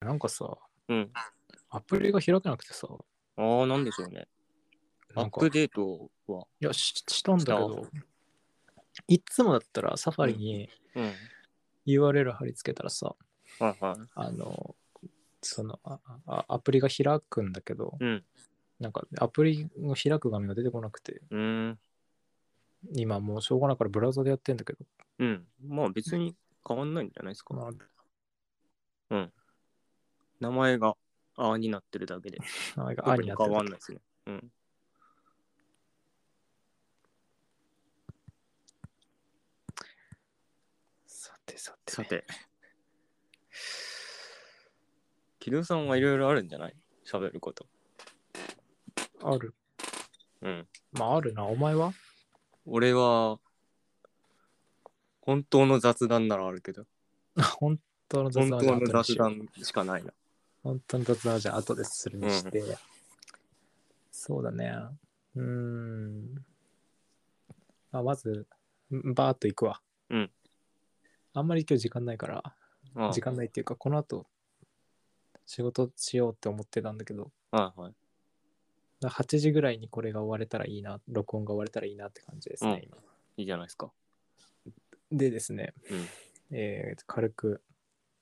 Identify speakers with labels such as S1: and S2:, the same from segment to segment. S1: なんかさ、
S2: うん。
S1: アプリが開けなくてさ、
S2: ああ、なんでしょうね。ア
S1: な
S2: ッ
S1: んか、
S2: プ
S1: い
S2: デートは。
S1: や、ししたんだけど、いっつもだったらサファリに
S2: うん。
S1: URL 貼り付けたらさ、
S2: はいはい。
S1: あの、そのああアプリが開くんだけど、
S2: うん。
S1: なんかアプリの開く画面が出てこなくて、
S2: うーん。
S1: 今もうしょうがないからブラウザでやってんだけど、
S2: うん。まあ別に変わんないんじゃないですか。
S1: まあ
S2: 名前があーになってるだけで。
S1: 名前が
S2: 特
S1: 愛に
S2: に
S1: なって
S2: 変
S1: る
S2: わんないですね。うん。
S1: さてさて。
S2: さて。木戸さんはいろいろあるんじゃない喋ること。
S1: ある。
S2: うん。
S1: まああるな。お前は
S2: 俺は、本当の雑談ならあるけど、
S1: 本当の雑
S2: 本
S1: 談
S2: 当の
S1: 後に
S2: 雑
S1: しよう
S2: 談しかないな。
S1: 本当の雑談はじゃあ後でするにして。そうだね。うーん。まあ、まず、んバーっと行くわ。
S2: うん。
S1: あんまり今日時間ないから、
S2: ああ
S1: 時間ないっていうか、この後、仕事しようって思ってたんだけど、
S2: はいはい。
S1: 8時ぐらいにこれが終われたらいいな、録音が終われたらいいなって感じですね、
S2: うん
S1: 今。
S2: いいじゃないですか。
S1: でですね、
S2: うん
S1: えー軽く、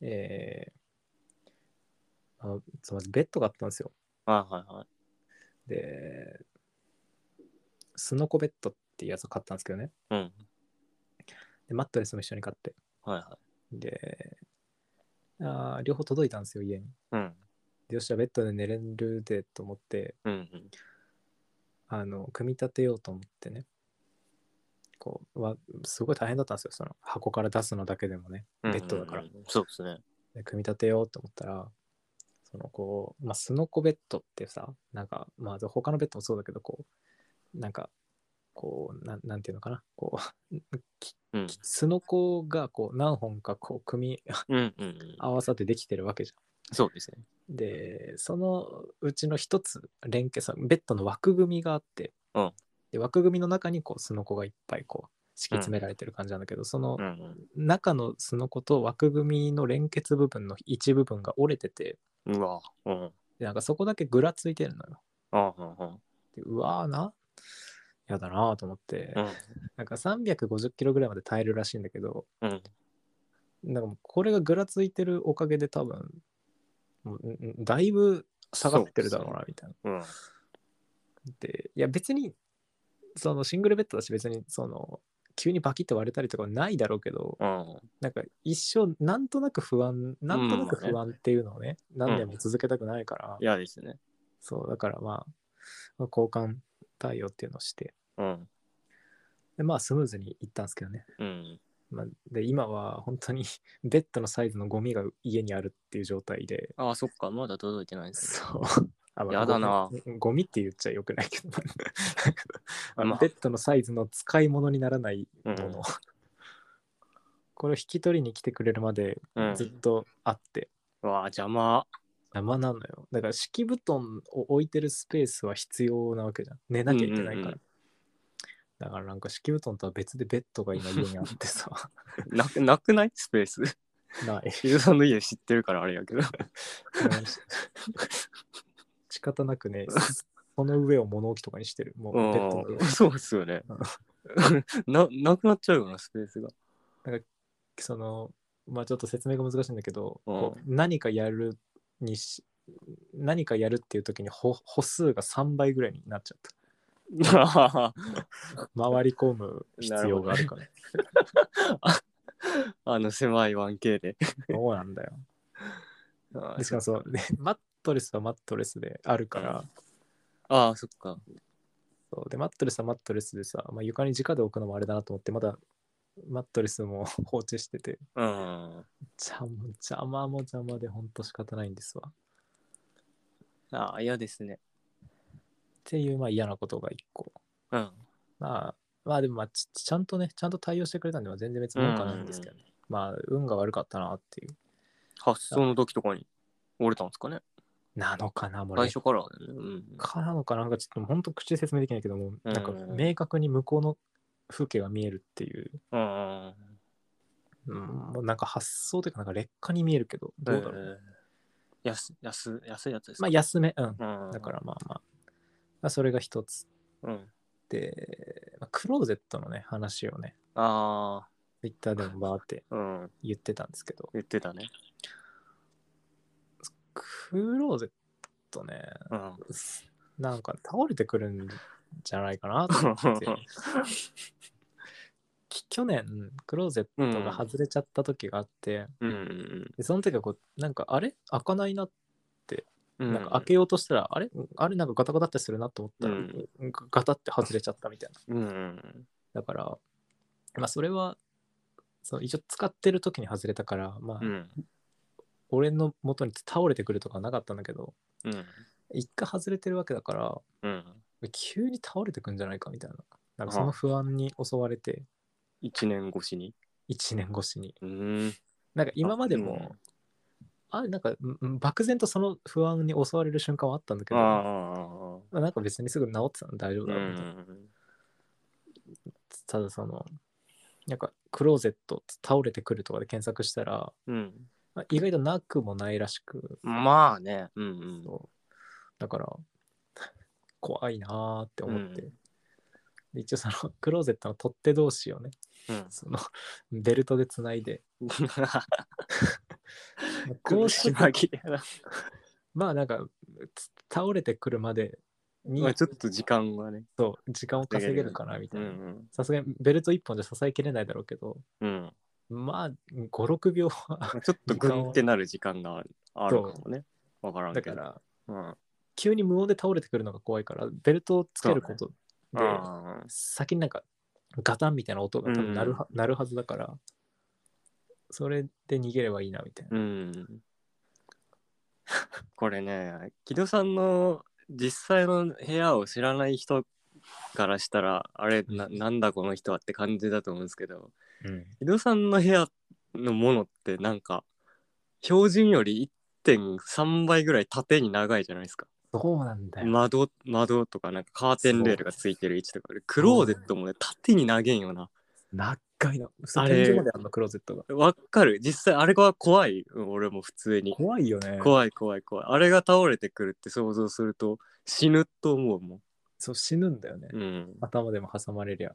S1: えーあのすみません、ベッドがあったんですよ。
S2: はいはいはい。
S1: で、スノコベッドっていうやつを買ったんですけどね。
S2: うん。
S1: で、マットレスも一緒に買って。
S2: はいはい。
S1: で、あー両方届いたんですよ、家に。
S2: うん。
S1: でよっしゃ、ベッドで寝れるでと思って、
S2: うんうん。
S1: あの、組み立てようと思ってね。こう、わすごい大変だったんですよ、その箱から出すのだけでもね。ベッドだから
S2: うんうんうん。そうですね。
S1: で組み立てようと思ったらそのこう、まあ、スノコベッドってさなんかまあ他のベッドもそうだけどこうなんかこうなんなんていうのかなこうき
S2: うん。
S1: スノコがこう何本かこう組み
S2: うんうんうん。
S1: 合わさってできてるわけじゃ
S2: そうですね。
S1: ん。でそのうちの一つ連携さベッドの枠組みがあって、
S2: うん
S1: で枠組みの中にこうスノコがいっぱいこう敷き詰められてる感じなんだけど、その
S2: うんうん。
S1: 中のスノコと枠組みの連結部分の一部分が折れてて、
S2: うわ、うん。
S1: でなんかそこだけぐらついてるのよ。
S2: ああ、うん
S1: でうわーな。やだなーと思って、
S2: うん。
S1: なんか350キロぐらいまで耐えるらしいんだけど、
S2: うん。
S1: なんかもうこれがぐらついてるおかげで多分、もうんだいぶ下がってるだろうなみたいな。
S2: うん。
S1: で、いや別に、そのシングルベッドだし別にその、急にバキッと割れたりとかはないだろうけど、
S2: うん。
S1: なんか一生なんとなく不安、なんとなく
S2: うん
S1: 不安っていうのをね、何年も続けたくないから、
S2: 嫌ですね。
S1: そう、だからまあ、まあ交換対応っていうのをして、
S2: うん。
S1: でまあスムーズにいったんですけどね。
S2: うん。
S1: まあ、で今は本当に ベッドのサイズのゴミが家にあるっていう状態で、
S2: ああ、そっか。まだ届いてないですね。
S1: そう。 あまあ
S2: やだ
S1: ゴ
S2: な
S1: ミゴミって言っちゃよくないけど、 あ
S2: ま
S1: の
S2: あ
S1: ベッドのサイズの使い物にならないもの。
S2: うん
S1: これを引き取りに来てくれるまで
S2: うん
S1: ずっとあって、
S2: うわあ、邪魔。
S1: 邪魔なのよ。だから敷布団を置いてるスペースは必要なわけじゃん。寝なきゃいけないから。
S2: うんうんうん
S1: だからなんか敷布団とは別でベッドが今家にあって さ、
S2: なく、なくないスペース。
S1: ない。
S2: ヒルさんの家知ってるからあれやけ
S1: う
S2: ど。
S1: んし仕方なくね、そ の上を物置とかにしてる。もうベッドの
S2: う
S1: 上
S2: ん。。そうっすよね。な、なくなっちゃうよな、スペ ースが。
S1: その、まあちょっと説明が難しいんだけど、
S2: うん
S1: こう何かやるにし、何かやるっていう時に歩歩数が3倍ぐらいになっちゃった。
S2: あ
S1: 回り込む必要がある から。
S2: の狭い 1K で。
S1: そうなんだよ。
S2: あ
S1: でしかもそう、でマットレスはマットレスであるから、
S2: あ、そっか。
S1: そうでマットレスはマットレスでさ、まあ、床に直で置くのもあれだなと思って、まだマットレスも 放置してて、
S2: うん。
S1: 邪魔邪魔も邪魔でほんと仕方ないんですわ。っ
S2: ああ、嫌ですね。
S1: ていうまあ嫌なことが一個。
S2: うん。
S1: まあ、まあでもまあちちゃんとね、ちゃんと対応してくれたんで、まあ全然別に文句はないんですけどね。まあ運が悪かったなっていう。
S2: 発送の時とかに折れたんですかね。
S1: なのかな、もう
S2: 最
S1: 劣
S2: 初からだよね。うん。
S1: 化なのかななんかちょっと本当口で説明できないけども、
S2: うん
S1: なんか明確に向こうの風景が見えるっていう。
S2: うん。
S1: うん、もうなんか発想というか、なんか劣化に見えるけど、どうだろう、
S2: えー安安安いやつです
S1: まあ
S2: か、
S1: 安め、うん。
S2: うん、
S1: だからまあまあ、まあ、それが一つ。
S2: ら、うん、
S1: で、まあクローゼットのね、話をね、
S2: あ
S1: Twitter でもバーって
S2: あうん
S1: 言ってたんですけど、
S2: 言ってたね
S1: クローゼットね、
S2: うん
S1: なんか倒れてくるんじゃないかなと思 ってき去年クローゼットが外れちゃった時があって、
S2: うんうん
S1: でその時はこうなんかあれ開かないな
S2: うん
S1: なんか開けようとしたら、あれあれなんかガタガタってするなと思ったら、
S2: うん
S1: ガガタって外れちゃったみたいな
S2: うんうん
S1: だからまあそれはそう一応使ってる時に外れたからまあ、
S2: うん
S1: 俺の元に倒れてくるとかはなかったんだけど
S2: うん
S1: 一回外れてるわけだから
S2: うん
S1: 急に倒れてくんじゃないかみたいななんかその不安に襲われて
S2: 一年越しに
S1: 1年越しに
S2: うん
S1: なんか今まで
S2: う
S1: も
S2: ん
S1: あなんかうんうん漠然とその不安に襲われる瞬間はあったんだけ
S2: あ
S1: ど
S2: あああ
S1: まあなんか別にすぐ治ってたの大丈夫
S2: う
S1: だろうみたいな、
S2: ん
S1: ただそのなんかクローゼット倒れてくるとかで検索したら、
S2: うん
S1: まあ意外となくもないらしく、
S2: まあねうんうん
S1: そうだから怖いなーって思って、
S2: うん
S1: で一応そのクローゼットの取っ手同士をね
S2: うん
S1: その ベルトでつないで こ
S2: 苦
S1: う
S2: し
S1: し
S2: 紛れ な
S1: まあなんかつ倒れてくるまでに、
S2: まあちょっと時間がね
S1: そう時間を稼げるかなみた
S2: う
S1: い
S2: ん
S1: な
S2: うん
S1: さすがにベルト1本じゃ支えきれないだろうけど
S2: うん
S1: まあ56秒は
S2: ちょっとグンってなる時間があるかもねわからん
S1: だ
S2: け
S1: か
S2: ど
S1: ら
S2: うん
S1: 急に無音で倒れてくるのが怖いからベルトをつけることで、
S2: あ
S1: 先になんかガタンみたいな音が多分なるは,、なるはずだからそれで逃げればいいなみたいな、
S2: うん。 これね、木戸さんの実際の部屋を知らない人からしたら、あれ、ななんだこの人はって感じだと思うんですけど、木戸さんの部屋のものってなんか、標準より1.3倍ぐらい縦に長いじゃないですか。
S1: そうなんだよ、
S2: 窓、窓とかなんかカーテンレールがついてる位置とか、クローゼットもね、縦に長いんよな。
S1: 長いの
S2: あれ
S1: 天井まであんのクローゼットが
S2: わっかる実際あれが怖い、うん俺も普通に。
S1: 怖いよね
S2: 怖い怖い怖いあれが倒れてくるって想像すると死ぬと思うも
S1: そう死ぬんだよね、
S2: ん、うん、
S1: 頭でも挟まれりゃ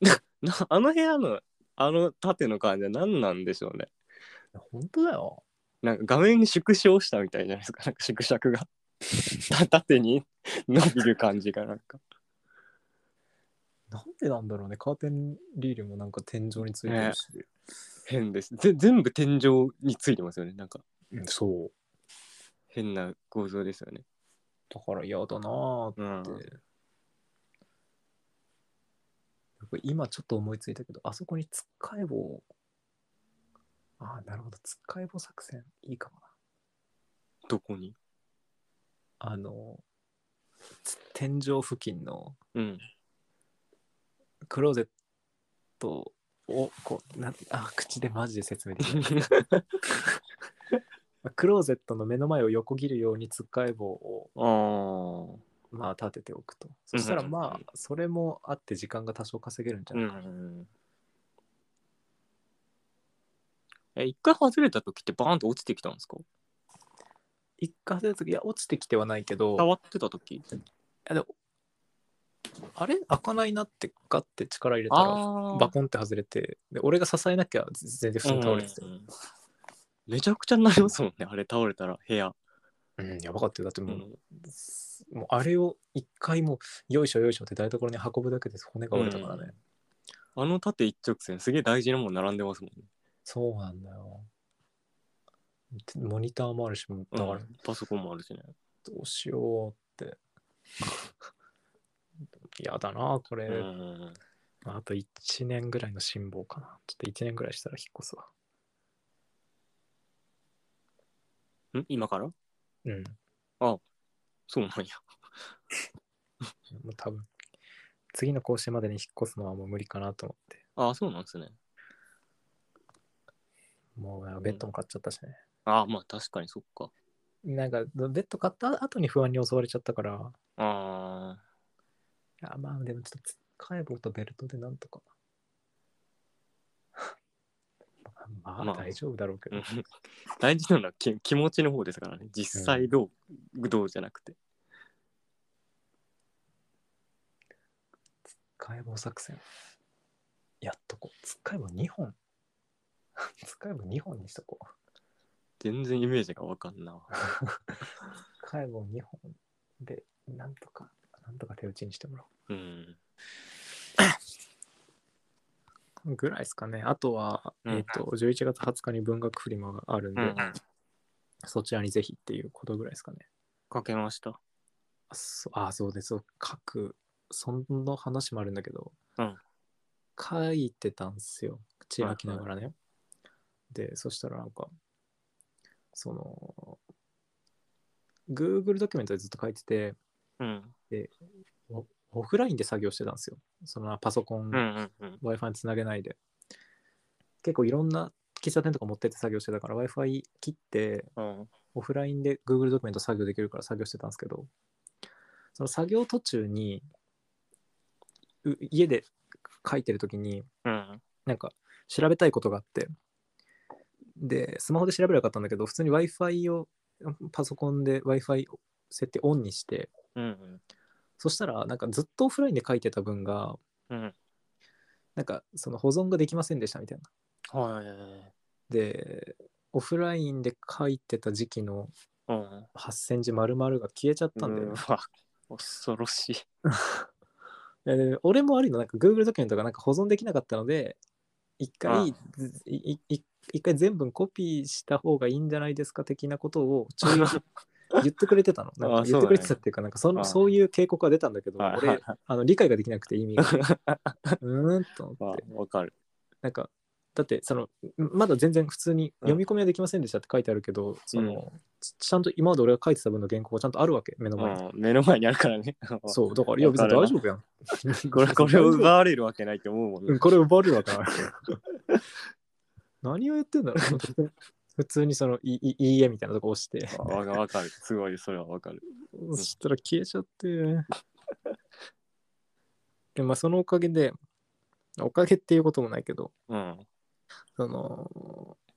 S2: なあの部屋のあの縦の感じは何なんでしょうね
S1: 本当だよ
S2: なんか画面縮小したみたいじゃないですかなんか縮尺 がた縦に伸びる感じがなんか
S1: なんでなんだろうねカーテンリールもなんか天井についてるし、
S2: 変ですぜ全部天井についてますよねなんか
S1: うんそう
S2: 変な構造ですよね
S1: だから嫌だなーっ
S2: うん
S1: て、僕今ちょっと思いついたけどあそこにつっかえ棒をああなるほどつっかえ棒作戦いいかもな
S2: どこに
S1: あのつ天井付近の
S2: うん
S1: クローゼットをこうなんあ口でマジで説明できないクローゼットの目の前を横切るようにつっかえ棒を
S2: あー
S1: まあ立てておくとそしたらまあそれもあって時間が多少稼げるんじゃ
S2: う
S1: ない、
S2: んえ一回外れた時ってバーンと落ちてきたんですか
S1: 一回外れた時いや落ちてきてはないけど
S2: 触ってた時
S1: いやでもあれ開かないなってガッて力入れたら
S2: あ
S1: バコンって外れてで俺が支えなきゃ全然普通に倒れてたよ、
S2: めちゃくちゃになりますもんねあれ倒れたら部屋、
S1: うん、やばかったよだってもう、もうあれを一回もうよいしょよいしょって台所に運ぶだけで骨が折れたからね、
S2: うんあの縦一直線すげえ大事なもん並んでますもんね、
S1: そうなんだよモニターもあるしもう
S2: う
S1: だから
S2: んパソコンもあるしね
S1: どうしようって やだなこれ、
S2: うん
S1: あと1年ぐらいの辛抱かなちょっと1年ぐらいしたら引っ越すわ
S2: ん今から
S1: うん
S2: そうなんや
S1: もう多分次の更新までに引っ越すのはもう無理かなと思って
S2: ああそうなんですね
S1: もうなんかベッドも買っちゃったしね、
S2: ああまあ確かにそっか
S1: なんかベッド買った後に不安に襲われちゃったから
S2: ああ
S1: あまあでもち ょっとつっかえ棒とベルトでなんとか。まあ、
S2: まあ
S1: 大丈夫だろうけど。
S2: うん 大事なのはき気持ちの方ですからね実際どう、どうじゃなくて
S1: 解剖作戦。やっとこう。つっかい棒2本。 つっかい棒2本にしとこう。
S2: 全然イメージがわかんな
S1: 介護2本で、なんとか、なんとか手打ちにしてもら
S2: うん
S1: おう。ぐらいですかね。あとは、
S2: うん
S1: えっ、と、11月20日に文学フリマがあるんで、
S2: うん
S1: そちらにぜひっていうことぐらいですかね。
S2: かけました
S1: あ、そあそうです。そう書く、その話もあるんだけど、
S2: うん
S1: 書いてたんですよ。口開きながらね。で、そしたらなんか、その、Google ドキュメントでずっと書いてて、
S2: うん
S1: オオフラインで作業してたんですよ。そのパソコン、
S2: うんうんうん
S1: Wi-Fi につなげないで。結構いろんな喫茶店とか持ってって作業してたから Wi-Fi 切って
S2: うん
S1: オフラインで Google ドキュメント作業できるから作業してたんですけど、その作業途中に、う家で書いてるときに、
S2: うん
S1: なんか調べたいことがあって、で、スマホで調べればよかったんだけど、普通に Wi-Fi を、パソコンで Wi-Fi 設定オンにして、
S2: うん
S1: そしたら、なんかずっとオフラインで書いてた分が、
S2: うん
S1: なんかその保存ができませんでしたみたいな。
S2: はい
S1: で、オフラインで書いてた時期の
S2: うん
S1: 8センチ丸々が消えちゃったんだよね。
S2: うわ恐ろしい
S1: いやで俺もあるの、なんか Google ドキュメントがなんか保存できなかったので、一
S2: ああ
S1: 回、ずいい一回全文コピーした方がいいんじゃないですか的なこと をちょい言ってくれてたの。なん
S2: あ
S1: か
S2: あ
S1: 言
S2: そう
S1: って
S2: だね
S1: くれてたっていうか、なんかそ
S2: あ
S1: の
S2: あ
S1: そういう警告が出たんだけど、
S2: はい
S1: 俺、あの理解ができなくて意味 が。うーんと思
S2: わ
S1: って。
S2: わかる
S1: なんか、だって、その、まだ全然普通に読み込みはできませんでしたって書いてあるけど、その、ちちゃんと今まで俺が書いてた分の原稿がちゃんとあるわけ、目の前に。
S2: うん目の前にあるからね
S1: そう、だから、いや、別に大丈夫やん。
S2: これこれを
S1: 大丈夫
S2: 奪われるわけないと思うもん
S1: う
S2: ね
S1: んこれ奪われるわけない。 何を言ってんだろ う普通にその、いいいいえみたいなとこ押して、
S2: あわわかるすごいそれはわかる
S1: そしたら消えちゃって。で、まあ、そのおかげで、おかげっていうこともないけど、
S2: うん
S1: その、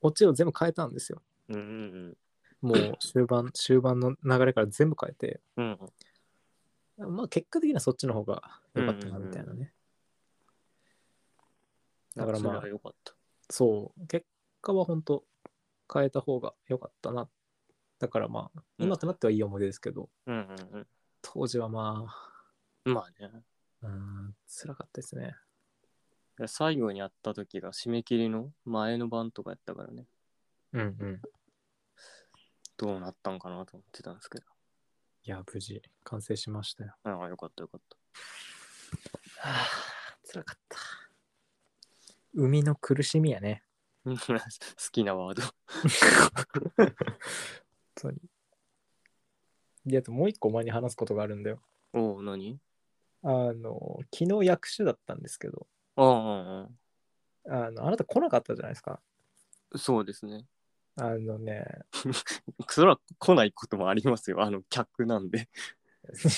S1: オチを全部変えたんですよ。
S2: うんうん
S1: も う終盤、終盤の流れから全部変えて、
S2: うんうん
S1: まあ結果的にはそっちの方が良かったなみたいなね。だからまあ
S2: それは良かった
S1: そう、結果は本当変えた方が良かったな。だからまあ、
S2: うん
S1: 今となってはいい思い出ですけど、
S2: うんうん
S1: 当時はまあ、
S2: うんまあね
S1: うーん、辛かったですね。
S2: で最後にやった時が締め切りの前の晩とかやったからね
S1: うんうん。
S2: どうなったんかなと思ってたんですけど
S1: いや、無事、完成しましたよ。
S2: ああよかったよかった
S1: はあ、辛かった。生みの苦しみやね。
S2: うん好きなワード
S1: 本当に。で、あともう一個お前に話すことがあるんだよ。
S2: おお何
S1: あの、昨日役所だったんですけど、
S2: あああああ
S1: あの、あなた来なかったじゃないですか。
S2: あそうですね
S1: あのね、
S2: そら来ないこともありますよあの客なんで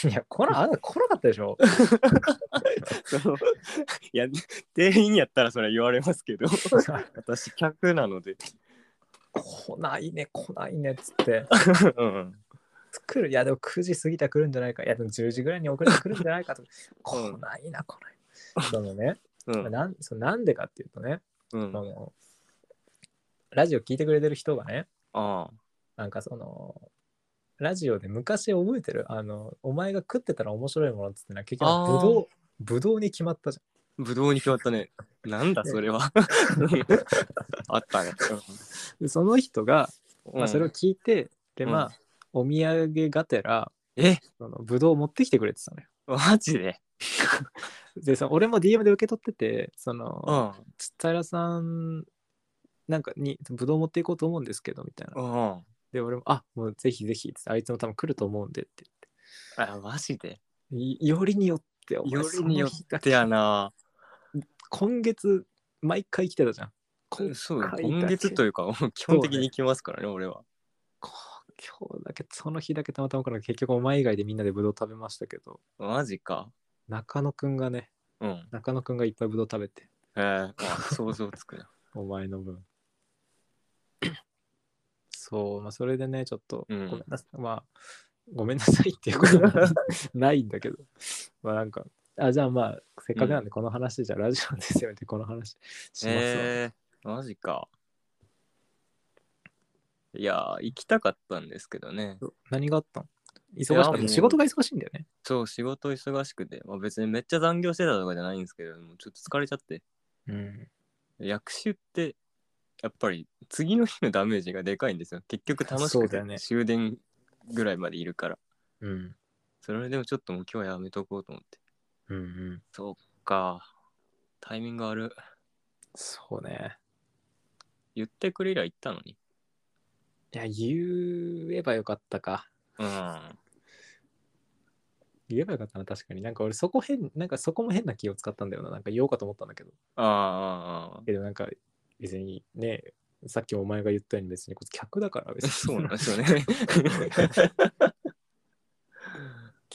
S1: いや、来な、あなた来なかったでし ょ。
S2: その いや店員やったらそれは言われますけど 私客なので
S1: 来ないね、来ないねっつって、
S2: うん
S1: 来る、いや、でも9時過ぎたら来るんじゃないか、いや、でも10時ぐらいに遅れて来るんじゃないかと、 来ないな、来ない。そのね、
S2: うん
S1: なんそのなんでかっていうとね、
S2: うん
S1: あ
S2: あ
S1: のラジオ聞いてくれてる人がね、
S2: あ
S1: なんかその、ラジオで昔覚えてる、あの、お前が食ってたら面白いものっつってな、結
S2: あ
S1: 局、ぶ
S2: ー
S1: どう、ぶどうに決まったじゃん。
S2: ぶどうに決まったねなんだそれは あったね、
S1: でその人が、
S2: うん
S1: まあ、それを聞いて、で
S2: うん
S1: まあ、お土産がてら
S2: え
S1: そのブドウを持ってきてくれてたのよ
S2: マジで
S1: でその俺も DM で受け取っててその
S2: ん
S1: 「ち平さんなんかにブドウ持っていこうと思うんですけど」みたいな
S2: うん
S1: で俺も「あもうぜひぜひ」っつってあいつも多分来ると思うんでって
S2: あマジで
S1: いよりによってお前
S2: よりによ
S1: その日が
S2: ってやな
S1: 今月毎回来てたじゃん今
S2: そうよ
S1: 回だけ
S2: 今月というか基本的に行きますからね俺は
S1: 今日だけその日だけたまたま来なくて結局お前以外でみんなでブドウ食べましたけど
S2: マジか
S1: 中野くんがね
S2: うん
S1: 中野くんがいっぱいブドウ食べて
S2: へえあ想像つくな
S1: お前の分そう、まあ、それでね、ちょっと、
S2: うん
S1: ごめんなさい、まあ、ごめんなさいっていうこと はないんだけど、まあなんか、あ、じゃあまあ、せっかくなんで、この話、じゃあラジオでせめてこの話しますわ
S2: えー、マジか。いやー、行きたかったんですけどね。
S1: 何があったの忙し
S2: いや
S1: かっ
S2: もう
S1: た。仕事が忙しいんだよね。
S2: そう、仕事忙しくて、まあ、別にめっちゃ残業してたとかじゃないんですけど、もうちょっと疲れちゃって。
S1: うん。
S2: 役種って、やっぱり次の日のダメージがでかいんですよ。結局楽し
S1: そう
S2: く
S1: だ
S2: て
S1: よね
S2: 終電ぐらいまでいるから。
S1: うん。
S2: それでもちょっともう今日はやめとこうと思って。
S1: うんうん。
S2: そうか。タイミングある。
S1: そうね。
S2: 言ってくれりゃ行ったのに。
S1: いや、言えばよかったか。
S2: うん。
S1: 言えばよかったな、確かに。なんか俺、そこ変、なんかそこも変な気を使ったんだよな。なんか言おうかと思ったんだけど。
S2: あーあー、あ
S1: けどなんか、別にね、さっきお前が言ったように別にこれ客だから別
S2: あ。
S1: に。
S2: そう なんですよね。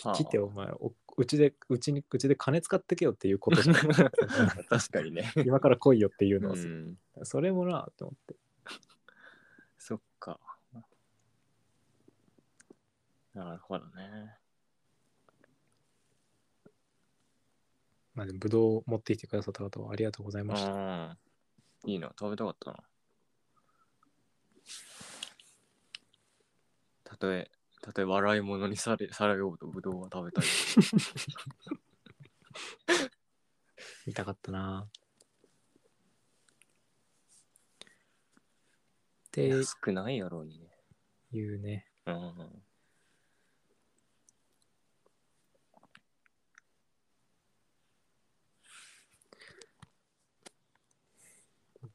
S2: はあ
S1: 来てお前おうちでうちにうちで金使ってけよっていう ことしか
S2: 確かにね。
S1: 今から来いよっていうの
S2: う
S1: はさ、
S2: ん。
S1: それもなって思って
S2: そっか。なるほどね。
S1: まあでもぶどうを持ってきてくださった方はありがとうございました、
S2: うん。いいな、食べたかったな。たとえ、たとえ笑い物にされされようとぶどうは食べたい。
S1: 見たかったなって
S2: 安くないやろうにね。
S1: いうね
S2: うん。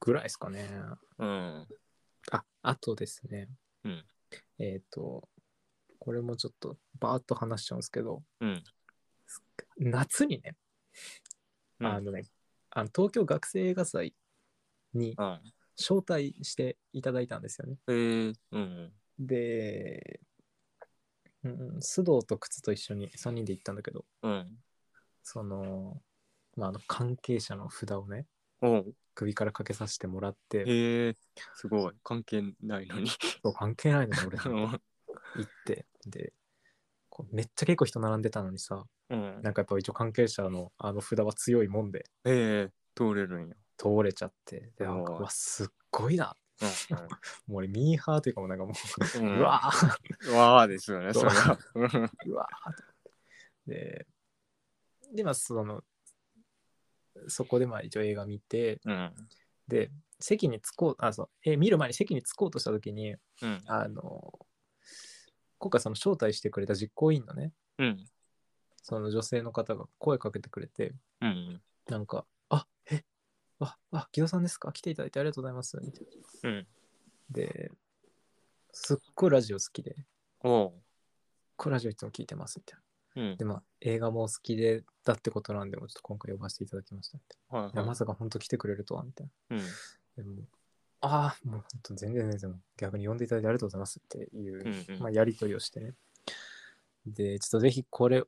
S1: ぐらいですかね
S2: うん。
S1: ああとですね、
S2: うん
S1: えっ、とこれもちょっとバーッと話しちゃうんですけど
S2: うん。
S1: 夏にね
S2: うん
S1: あのね、あの東京学生映画祭に
S2: うん。
S1: 招待していただいたんですよね。
S2: えー、うん。
S1: で、うん、須藤と靴と一緒に3人で行ったんだけど、
S2: うん。
S1: その、まあ、あの関係者の札をね、
S2: おう
S1: 首からかけさせてもらって、
S2: えー、すごい。関係ない のに。
S1: そう関係ないのに 俺
S2: う
S1: 行
S2: ん
S1: って、で、こうめっちゃ結構人並んでたのにさ、
S2: うん。
S1: なんかやっぱ一応関係者のあの札は強いもんで
S2: えー、通れるんや。
S1: 通れちゃって、で、なんか、
S2: おいう
S1: わ、すっごいな。
S2: う
S1: もう俺ミーハーというかもうなんかも
S2: ん
S1: う、
S2: うん
S1: うわー
S2: うわーですよね、それは。
S1: うわーと思って。で、でまあ、その、そこでまあ一応映画見て、
S2: うん。
S1: で、席に着こう、あ、そう、えー見る前に席に着こうとしたときに、
S2: うん。
S1: あの、今回その招待してくれた実行委員のね、
S2: うん。
S1: その女性の方が声かけてくれて、
S2: うん。
S1: なんか、あ、え、あ、あ、木戸さんですか来ていただいてありがとうございます。みたいな
S2: うん。
S1: で、すっごいラジオ好きで、
S2: おう。
S1: これラジオいつも聞いてますみたいな。
S2: うん
S1: で、。まあ、映画もお好きでだってことなんで、もうちょっと今回呼ばせていただきましたみたいな。
S2: はい
S1: や
S2: はい
S1: まさか本当来てくれるとはみたい
S2: うん。
S1: な。でもああ、もう本当全然全然逆に呼んでいただいてありがとうございますっていう、
S2: うんうん
S1: まあ、やり取りをしてね。で、ちょっとぜひこれ、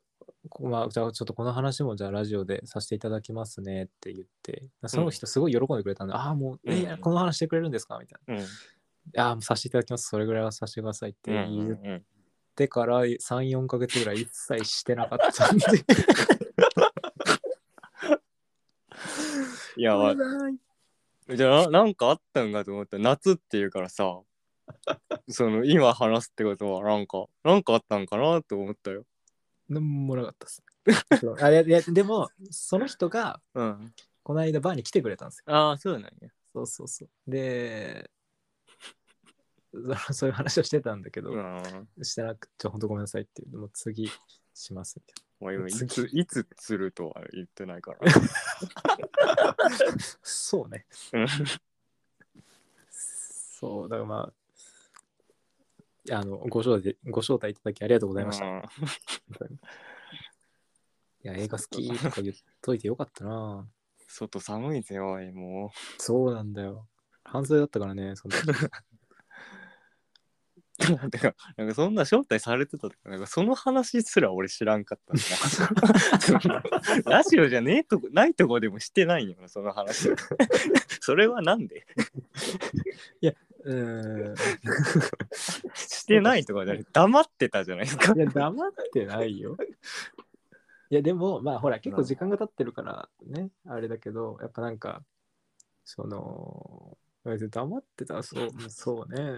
S1: こまあ、じゃあちょっとこの話もじゃあラジオでさせていただきますねって言って、その人すごい喜んでくれたんで、ああ、もう、え
S2: うんう
S1: ー
S2: ん
S1: この話してくれるんですかみたい
S2: うん。
S1: な。ああ、もうさせていただきます。それぐらいはさせてくださいって言っ
S2: うん
S1: てから3、4ヶ月ぐらい一切してなかったんで。
S2: い や、わじゃあななんかあったんかと思った夏っていうからさその今話すってことはなんかなんかあったんかなと思ったよ
S1: なんもなかったっす そう。あいやいやでも、その人が
S2: うん
S1: この間バーに来てくれたんですよ。
S2: ああそうなんや
S1: そうそうそう。で、 そそういう話をしてたんだけど、
S2: うん
S1: してなくて、ほんとごめんなさいっていう、もう次しますみたい
S2: もう今い
S1: 次
S2: ついつするとは言ってないから
S1: な。そうね。
S2: うん
S1: そう、だからまあ、いやあのご招待ご招待いただきありがとうございました。
S2: うん
S1: 本当にいや、映画好きとか言っといてよかったな。
S2: 外寒いぜおいも
S1: そうなんだよ。半袖だったからね、その時。
S2: うなんかなんかそんな招待されてたとかなんかその話すら俺知らん かったんだラジオじゃねえとこない とこでもしてないよなその話それはなんで
S1: うん。
S2: してないとかじゃない黙ってたじゃない ですか
S1: いや、黙ってないよ。いや、でも、まあ、ほら、結構時間が経ってるからね、あれだけど、やっぱなんか、その、別に黙ってたらそう、そうね。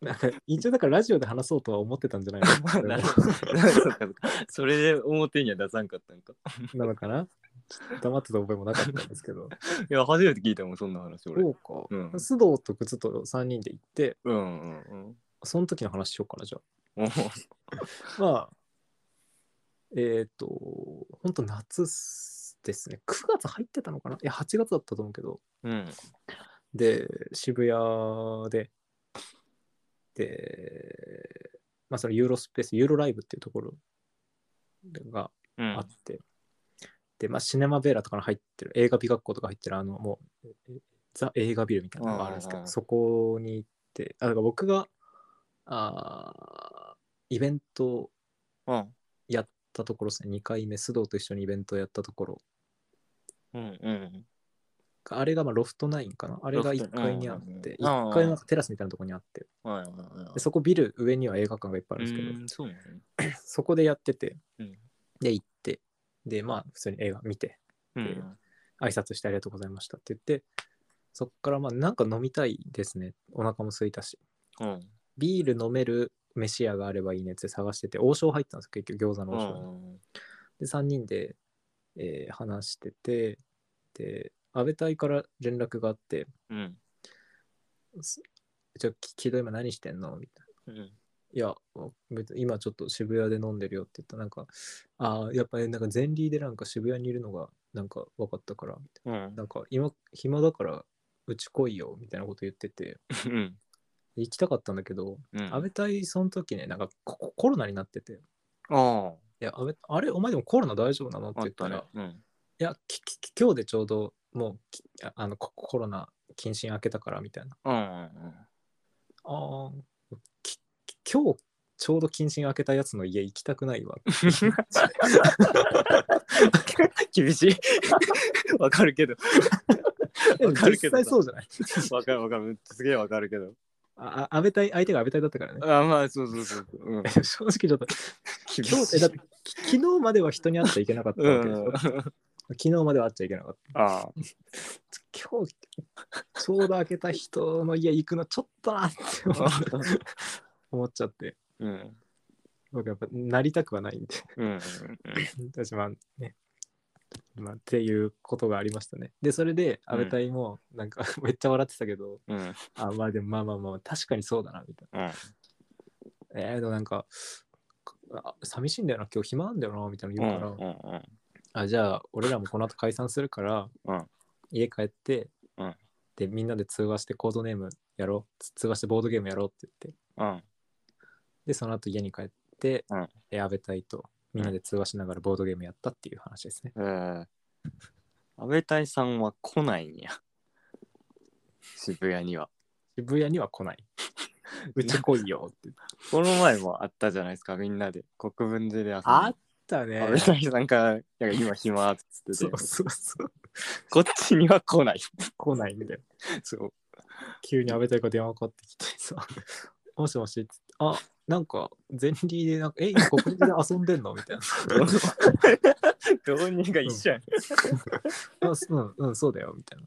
S1: なんか、一応だからラジオで話そうとは思ってたんじゃない
S2: まあなる
S1: の
S2: ほどそうかそうかそれで表には出さんかったんか
S1: なのかなちょっと黙ってた覚えもなかったんですけど。
S2: いや初めて聞いたもんそんな話俺
S1: そうか。
S2: うん
S1: 須藤と靴と3人で行って、
S2: うんうんうん
S1: その時の話しようかな、じゃあ。
S2: おう
S1: まあ、えっ、と、本当夏っすですね。9月入ってたのかないや、8月だったと思うけど。
S2: うん
S1: で、渋谷で、で、まあ、そのユーロスペース、ユーロライブっていうところが
S2: うん
S1: あって、で、まあ、シネマベーラとかの入ってる、映画美学校とか入ってる、あの、もう、えザ映画ビルみたいなのがあるんですけ
S2: うんうん
S1: ど、
S2: うん
S1: そこに行って、あ、だから僕が、あーイベントを
S2: うん
S1: やったところですね2回目須藤と一緒にイベントをやったところ
S2: うんうん
S1: あれがまあロフトナインかなあれが
S2: ロフ
S1: 1
S2: ト
S1: 階にあっ
S2: うん
S1: て、
S2: うん
S1: 1階のなんかテラスみたいなところにあって、
S2: はいはいはい
S1: でそこビル上には映画館がいっぱいあるんですけど、
S2: うんそうなのね
S1: そこでやってて、
S2: うん
S1: で行ってでまあ普通に映画見て
S2: うん
S1: 挨拶してありがとうございましたって言ってそっからまあなんか飲みたいですねお腹も空いたし
S2: うん
S1: ビール飲める飯屋があればいいねって探してて王将入ったんです結局餃子の王将に、
S2: うん
S1: で3人で、えー話しててで安倍隊から連絡があって
S2: うん
S1: 「すちょきど今何してんの?」みたいな。
S2: うん
S1: いや、別に今ちょっと渋谷で飲んでるよって言ったら、なんか、ああ、やっぱりなんか前例でなんか渋谷にいるのがなんか分かったから、みたい
S2: うん
S1: ななんか今、暇だからうち来いよみたいなこと言ってて、
S2: うん
S1: 行きたかったんだけど、
S2: うん
S1: 安倍隊その時ね、なんかコココロナになってて、い
S2: あ
S1: や、安倍あれ、お前でもコロナ大丈夫なのって
S2: ああ
S1: 言
S2: っ
S1: った
S2: た
S1: ら
S2: ね、うん
S1: いや、ききき今日でちょうどもうきああのココロナ謹慎明けたからみたいな。
S2: うんうん
S1: ああ、きき今日ちょうど謹慎明けたやつの家行きたくない わ。
S2: 厳しいわかるけど わかる
S1: 実
S2: けどさ
S1: 際そうじゃない。
S2: わかるわかるすげえわかるけど
S1: ああ安倍隊相手が安倍隊だったからね。
S2: あまあそうそうそうそううん
S1: 正直ちょっと今日えだってき昨日までは人に会っちゃいけなかった
S2: う
S1: わけでしょ、
S2: ん
S1: 昨日までは会っちゃいけなかっ
S2: ああ
S1: た。今日ちょうど開けた人の家行くのちょっとなって思 っ思っちゃって。
S2: うん
S1: 僕やっぱなりたくはないんで。
S2: うん
S1: 私まあね、まあ、っていうことがありましたねでそれで
S2: うん
S1: 安倍隊もなんか めっちゃ笑ってたけど、
S2: うん
S1: あまあでもまあまあまあ確かにそうだなみたい
S2: うん
S1: なえー、でもなんかあ寂しいんだよな今日暇なんだよなみたいなの言うから、
S2: うん
S1: あじゃあ俺らもこの後解散するから、
S2: うん
S1: 家帰って、
S2: うん
S1: でみんなで通話してコードネームやろうつ通話してボードゲームやろうって言って
S2: うん
S1: でその後家に帰って、
S2: うん
S1: え安倍隊とみんなで通話しながらボードゲームやったっていう話ですね、
S2: うんえー安倍隊さんは来ないんや渋谷には
S1: 渋谷には来ない。 うち来いよって。
S2: この前もあったじゃないですかみんなで国分寺で遊んで
S1: あったね
S2: 安倍隊さんから「なんか今暇」っつって
S1: そ
S2: て
S1: うそうそう。
S2: こっちには来ない
S1: 来ないんだよ。
S2: そう
S1: 急に安倍隊が電話かかってきて さ、もしもしっつって、あ、なんか前例でなんか、え、今国立で遊んでんのみたい
S2: 導入が一緒やね
S1: な。あうん、うん、そうだよ、みたいな。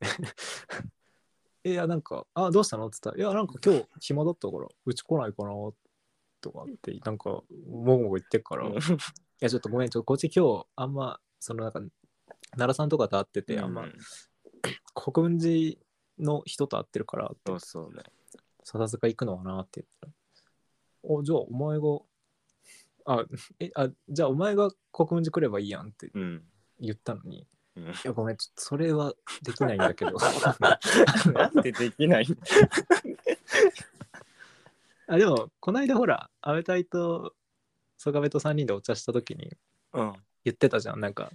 S1: えいや、なんか、あ、どうしたのって言ったら、いや、なんか今日暇だったから、うち来ないかなとかって、なんか、もごもご言ってっから、いや、ちょっとごめん、ちょっとこっち今日、あんま、そのなんか、奈良さんとかと会ってて、あんま、国分寺の人と会ってるからって
S2: そうそうね
S1: 笹塚行くのはなって言ったら「おじゃあお前があえあじゃあお前が国分寺来ればいいやん」って
S2: うん
S1: 言ったのに「
S2: うん
S1: いやごめんちょっとそれはできないんだ けど」
S2: なんでできない
S1: あでもこの間ほら安倍隊と曽我部と3人でお茶した時に
S2: うん
S1: 言ってたじゃんなんか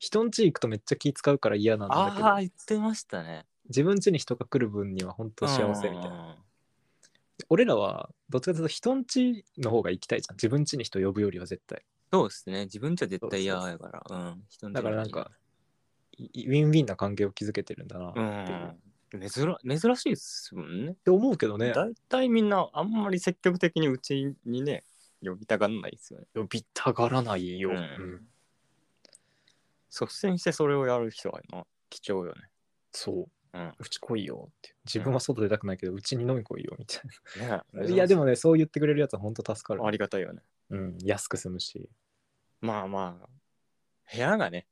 S1: 人ん家行くとめっちゃ気使うから嫌なんだけ
S2: ああ
S1: ど
S2: 言ってましたね
S1: 自分家に人が来る分には本当幸せみたいな。俺らはどっちかというと人んちの方が行きたいじゃん自分ちに人呼ぶよりは絶対
S2: そうですね自分じゃ絶対嫌やからうん人んち
S1: だからなんかいいウィンウィンな関係を築けてるんだなってい
S2: うん
S1: う
S2: 珍珍しいですもんね。
S1: て思うけどね
S2: だいたいみんなあんまり積極的にうちにね呼びたがんないですよね。
S1: 呼びたがらないよ、
S2: うん
S1: うん
S2: 率先してそれをやる人はな貴重よね。
S1: そう
S2: うん
S1: うち来いよって自分は外出たくないけどうち、に飲み来いよみたい
S2: ね
S1: な
S2: え
S1: いやでもねそう言ってくれるやつは本当助かる
S2: ありがたいよね。
S1: うん、安く済むし
S2: まあまあ部屋がね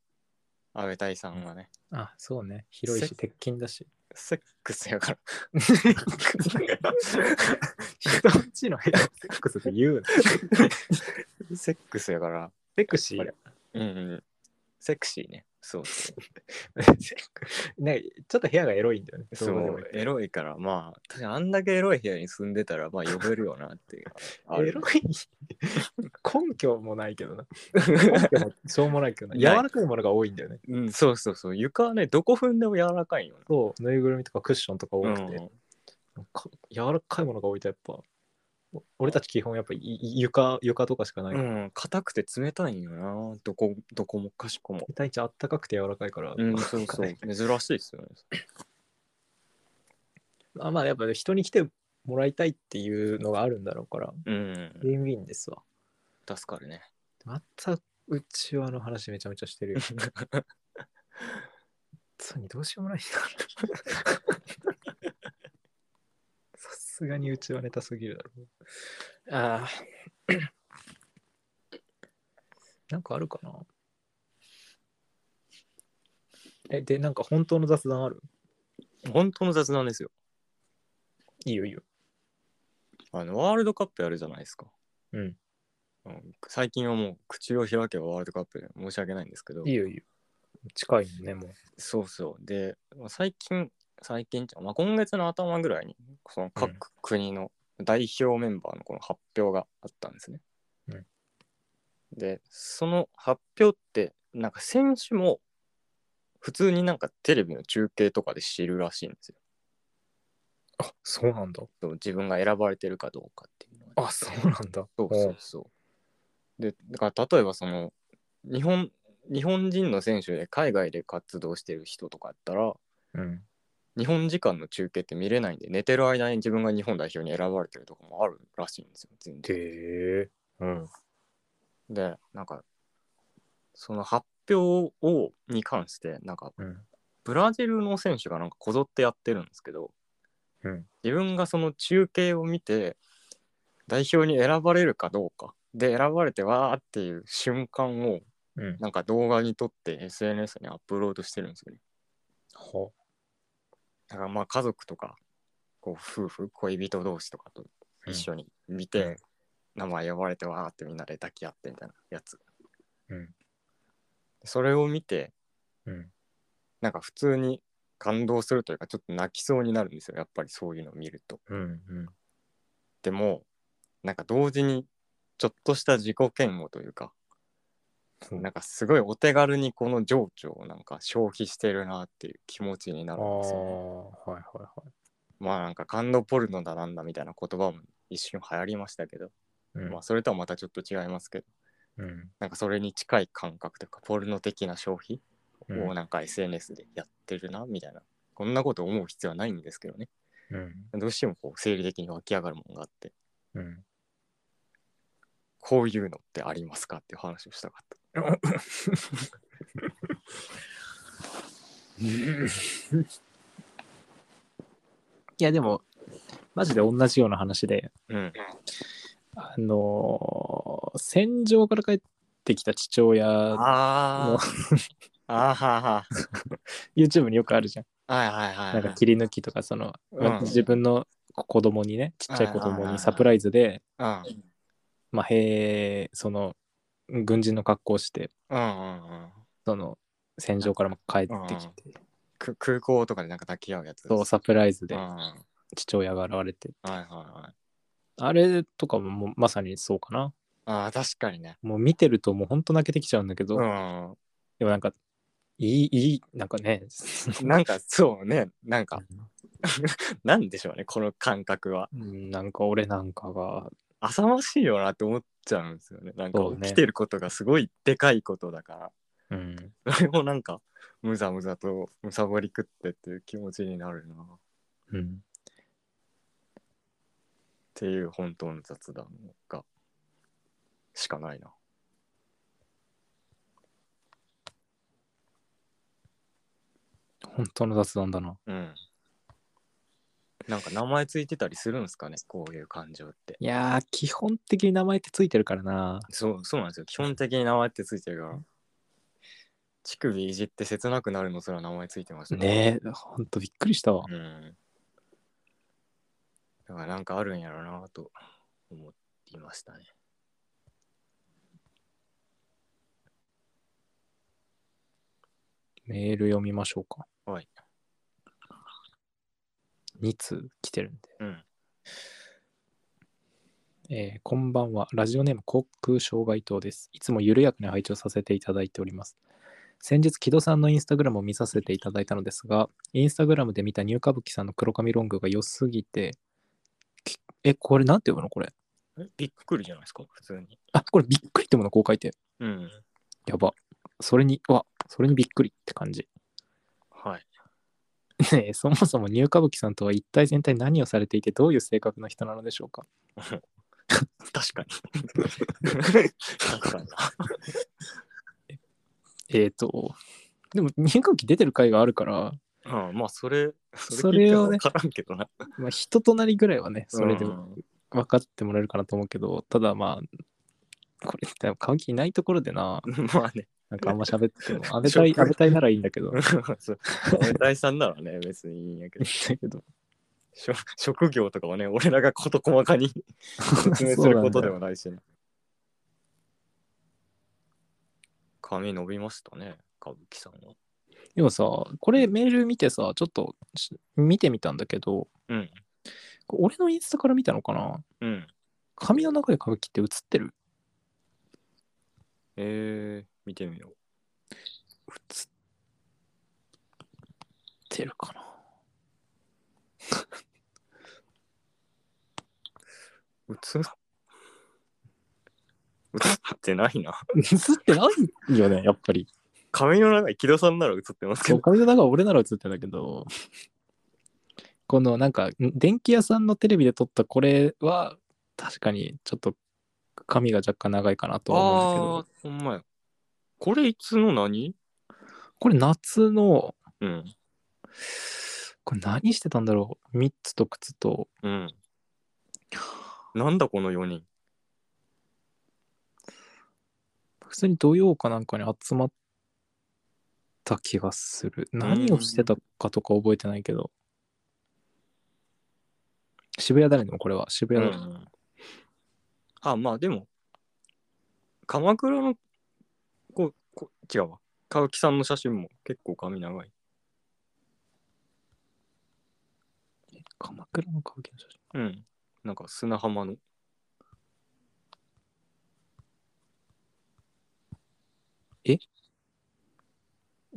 S2: 安倍大さんはね、
S1: あそうね広い
S2: せ
S1: し鉄筋だし
S2: セックスやから。
S1: 人んちの部屋をセックスって言うな
S2: セックスやから。
S1: セクシー
S2: やっうんうん。セクシーね。そうそう。
S1: ねちょっと部屋がエロいんだよね
S2: そ
S1: どう
S2: う
S1: でもいい
S2: エロいから、まあ、確かにあんだけエロい部屋に住んでたら、まあ、呼べるよなっ ていう。ある
S1: エロい根拠もないけどな根拠もしょうもないけどな
S2: ない
S1: 柔らかいものが多いんだよね
S2: うん、そうそうそう。床はね、どこ踏んでも柔らかいよ
S1: そうぬいぐるみとかクッションとか多
S2: な。
S1: くて、か柔らかいものが多いとやっぱお俺たち基本やっぱいい床床とかしかない、
S2: う
S1: うん、
S2: ん、うん硬くて冷たいんよな。どこ、どこもかしこも。
S1: 大体あったかくて柔らかいから、
S2: うん、そうそう。珍しいですよね。
S1: あ まあやっぱ人に来てもらいたいっていうのがあるんだろうから
S2: うん
S1: ウ、ィンウィンですわ
S2: 助かるね。
S1: またうちわの話めちゃめちゃしてるよつにどうしようもないなさすがにうちはネタすぎるだろああなんかあるかなえでなんか本当の雑談ある
S2: 本当の雑談ですよ。
S1: いいよいいよ
S2: あの、ワールドカップやるじゃないですか。
S1: うん
S2: うん最近はもう口を開けばワールドカップで申し訳ないんですけど
S1: いいよいいよ近いもんねもう
S2: そうそうでまあ最近最近っていうかまあ、今月の頭ぐらいにその
S1: うん
S2: 各国の代表メンバーのこの発表があったんですね、
S1: うん
S2: でその発表ってなんか選手も普通になんかテレビの中継とかで知るらしいんですよ
S1: あそうなんだ
S2: そう自分が選ばれてるかどうかっていうのはね
S1: あそうなんだ
S2: そうそうそう。で、だから例えばその、日本、日本人の選手で海外で活動してる人とかやったら、
S1: うん
S2: 日本時間の中継って見れないんで、寝てる間に自分が日本代表に選ばれてるとかもあるらしいんですよ、全然。
S1: へえうん
S2: で、なんか、その発表を、に関して、なんか、
S1: うん
S2: ブラジルの選手がなんかこぞってやってるんですけど、
S1: うん
S2: 自分がその中継を見て代表に選ばれるかどうかで選ばれてわーっていう瞬間を
S1: うん
S2: なんか動画に撮って SNS にアップロードしてるんですよね
S1: は
S2: だからまあ家族とかこう夫婦恋人同士とかと一緒に見て、
S1: うん
S2: 名前呼ばれてわーってみんなで抱き合ってみたいなやつ
S1: うん
S2: それを見て
S1: うん
S2: なんか普通に感動するというかちょっと泣きそうになるんですよやっぱりそういうのを見ると
S1: うんうん
S2: でもなんか同時にちょっとした自己嫌悪というか
S1: うん
S2: なんかすごいお手軽にこの情緒をなんか消費してるなっていう気持ちにな
S1: あ
S2: るんですよね、
S1: あはいはいは
S2: まあなんか感動ポルノだなんだみたいな言葉も一瞬流行りましたけど、
S1: い。うん
S2: まあそれとはまたちょっと違いますけど
S1: うん
S2: なんかそれに近い感覚というかポルノ的な消費
S1: うん
S2: をなんか SNS でやってるなみたいな、こんなこと思う必要はないんですけどね
S1: うん
S2: どうしてもこう生理的に湧き上がるものがあって
S1: うん
S2: こういうのってありますかっていう話をしたかった。
S1: いやでもマジで同じような話で
S2: うん
S1: あのー戦場から帰ってきた父親
S2: あ
S1: の
S2: ーあーはーは
S1: YouTube によくあるじゃん
S2: ーはいはいはいは
S1: ないんか切り抜きとかその、
S2: うん
S1: 自分の子供にねちっちゃい子
S2: は
S1: 供
S2: いはいはいはい
S1: にサプライズで、
S2: うん
S1: まあ、へえその軍人の格好をして
S2: うんうんうん
S1: その戦場からも帰ってきて、
S2: く空港とかでなんか抱き合うやつ
S1: そうサプライズ
S2: う
S1: で
S2: んは
S1: 父親が現れて、
S2: いはいはい
S1: あれとかももうまさにそうかな
S2: ああ確かにね
S1: もう見てるともうほんと泣けてきちゃうんだけど、
S2: うん
S1: でもなんかいいいいなんかね
S2: なんかそうねなんか
S1: う
S2: なんでしょうねこの感覚は
S1: ん なんか俺なんかが
S2: 浅ましいよなって思っちゃうんですよねなんか
S1: そうね
S2: 起きてることがすごいでかいことだから
S1: うん
S2: それをなんかむざむざとむさぼり食ってっていう気持ちになるなっ
S1: うん。
S2: ていう本当の雑談がしかないな
S1: 本当の雑談だな。
S2: うんなんか名前ついてたりするんですかねこういう感情って
S1: いやー、基本的に名前ってついてるからな。
S2: そうそうなんですよ基本的に名前ってついてるから乳首いじって切なくなるのすら名前ついてました
S1: ねえ、ほんとびっくりしたわ。
S2: うん。だからなんかあるんやろうなと思っていましたね。
S1: メール読みましょうか。
S2: はい。
S1: 2通来てるんで。
S2: うん。
S1: えーこんばんは。ラジオネーム航空障害党です。いつも緩やかに拝聴させていただいております。先日、木戸さんのインスタグラムを見させていただいたのですが、インスタグラムで見たニュー歌舞伎さんの黒髪ロングが良すぎて、きえ、これなんて読むのこれ。
S2: えびっくりじゃないですか、普通に。
S1: あ、これびっくりってものこう書いて。
S2: うん。
S1: やば。それに、うわ、それにびっくりって感じ。
S2: はい。
S1: ね えそもそもニュー歌舞伎さんとは一体全体何をされていてどういう性格の人なのでしょうか
S2: 確かに。確かに。
S1: えっ、と、でもニュー歌舞伎出てる回があるから、
S2: うん、 まあ、それ、
S1: それをね
S2: 聞いても分からんけど な。
S1: まあ、人となりぐらいはね、それで
S2: う
S1: も
S2: ん
S1: 分かってもらえるかなと思うけど、ただまあ、これ、でも歌舞伎いないところでな、
S2: まあね。
S1: なんかあんま喋って も、安倍隊、安倍隊ならいいんだけど、
S2: そう。俺大さんならね、別にいいんやけど。
S1: だけど、
S2: しょ職業とかはね、俺らが事細かに 説明することではないしね。髪伸びましたね、歌舞伎さんは。
S1: でもさ、これメール見てさ、ちょっとし見てみたんだけど、
S2: うん。
S1: これ俺のインスタから見たのかな
S2: うん。
S1: 髪の中で歌舞伎って映ってる
S2: えー、見てみよ
S1: 映ってるかな
S2: う。うつうつってないな。
S1: 映ってないよね、やっぱり。
S2: 髪の長い木戸さんなら映ってますけ
S1: そう
S2: ど。
S1: 髪の中は俺なら映ってんだけど、このなんか、ん電気屋さんのテレビで撮ったこれは、確かにちょっと髪が若干長いかなとは思うんだ
S2: あー、ほんまや。これいつの
S1: け
S2: 何
S1: ど、これ夏の、
S2: うん。
S1: これ何してたんだろう ?3 つと靴と、
S2: うん。なんだこの4人。
S1: 普通に土曜かなんかに集まった気がする。何をしてたかとか覚えてないけど。渋谷だね、でもこれは。渋谷だね、
S2: うん、あまあでも鎌倉のこうこう違うわ歌舞伎さんの写真も結構髪長い
S1: 鎌倉の歌舞伎の写真。
S2: うんなんか砂浜の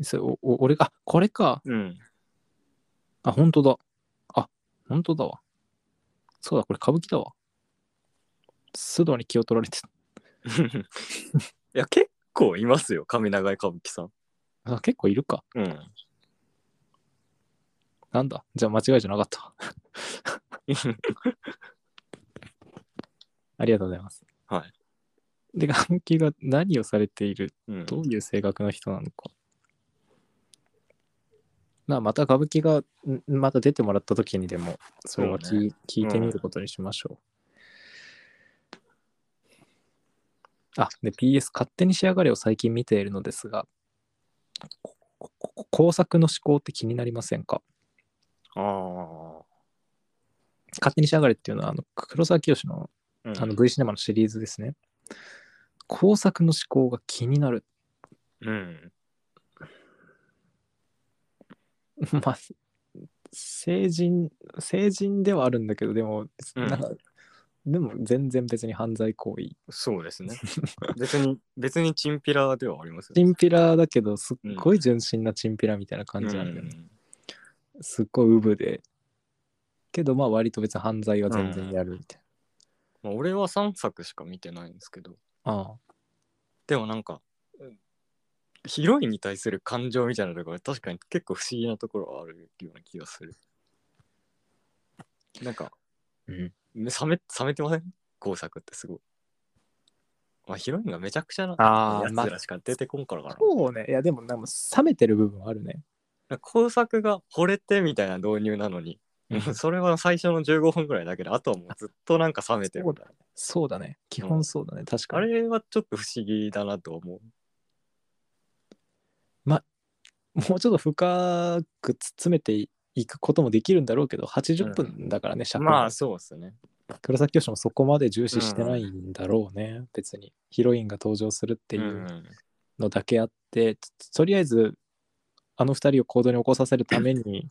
S1: それおお俺が、あこれか。
S2: うん
S1: あ、本当だ。あ、本当だわ。そうだ、これ歌舞伎だわ。須藤に気を取られてた
S2: いや結構いますよ髪長い歌舞伎さん
S1: あ結構いるか。
S2: うん
S1: なんだ。じゃあ間違いじゃなかったわ。ありがとうございます。。
S2: はい
S1: で、歌舞伎が何をされている
S2: うん
S1: どういう性格の人なのか。まあ、また歌舞伎がんまた出てもらった時にでもそれは
S2: そう
S1: 聞,、
S2: ね
S1: 聞いてみることにしましょう。あで PS「勝手に仕上がれ」を最近見ているのですがこここ工作の思考って気になりませんか
S2: あ
S1: 勝手に仕上がれっていうのはあの黒沢清の
S2: あ、うん、
S1: あの V シネマのシリーズですね。工作の思考が気になる。
S2: うん
S1: まあ、成人、成人ではあるんだけど、でも、
S2: うん
S1: なんか、でも全然別に犯罪行為。
S2: そうです ね別に別にチンピラではありますよ
S1: チンピラだけど、すっごい純真なチンピラみたいな感じなんだよね。すっごいウブで。けど、まあ、割と別に犯罪は全然やるみたい
S2: うんまあ、俺は3作しか見てないんですけど
S1: な。ああ
S2: でもなんか、うんヒロインに対する感情みたいなところ確かに結構不思議なところはあるような気がするなんか
S1: うん。
S2: 冷め冷めてません工作ってすごいまあヒロインがめちゃくちゃな
S1: あ
S2: や
S1: あ、まあ
S2: つ、らしか出てこんからかな
S1: そうね。いや、でも、なんか冷めてる部分はあるね。
S2: なんか工作が惚れてみたいな導入なのに、それは最初の15分ぐらいだけであとはもうずっとなんか冷めてる
S1: そうだね。そうだね。基本そうだね。確か
S2: あ
S1: に。
S2: れはちょっと不思議だなと思う
S1: もうちょっと深く詰めていくこともできるんだろうけど、80分だからね、尺が
S2: まあそうですね
S1: 黒崎教師もそこまで重視してないんだろうね、別にヒロインが登場するってい
S2: ん
S1: ううんのだけあって、ととりあえずあの二人を行動に起こさせるために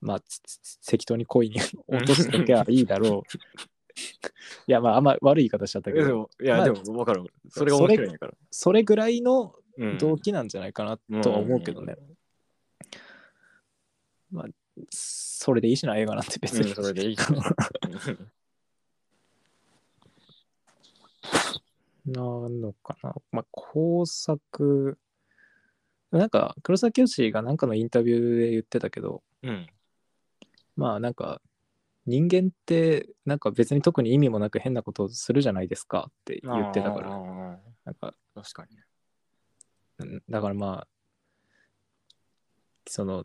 S1: まあつつつ適当に恋に落としておけば いいだろういやまああんま悪い言い方しちゃったけ
S2: で
S1: ど
S2: もいや、
S1: まあ
S2: でも分かるそれが面白いんやから、
S1: それぐらいの
S2: うん
S1: 動機なんじゃないかなとは思うけどね、まあそれでいいしな映画なんて別に、
S2: うんそれでいいし
S1: なのかな。まあ、工作、なんか、黒崎義がなんかのインタビューで言ってたけど、
S2: うん
S1: まあ、なんか、人間って、なんか別に特に意味もなく変なことをするじゃないですかって言ってたから、
S2: ら
S1: なんか、
S2: 確かにね
S1: うんだからまあ、その、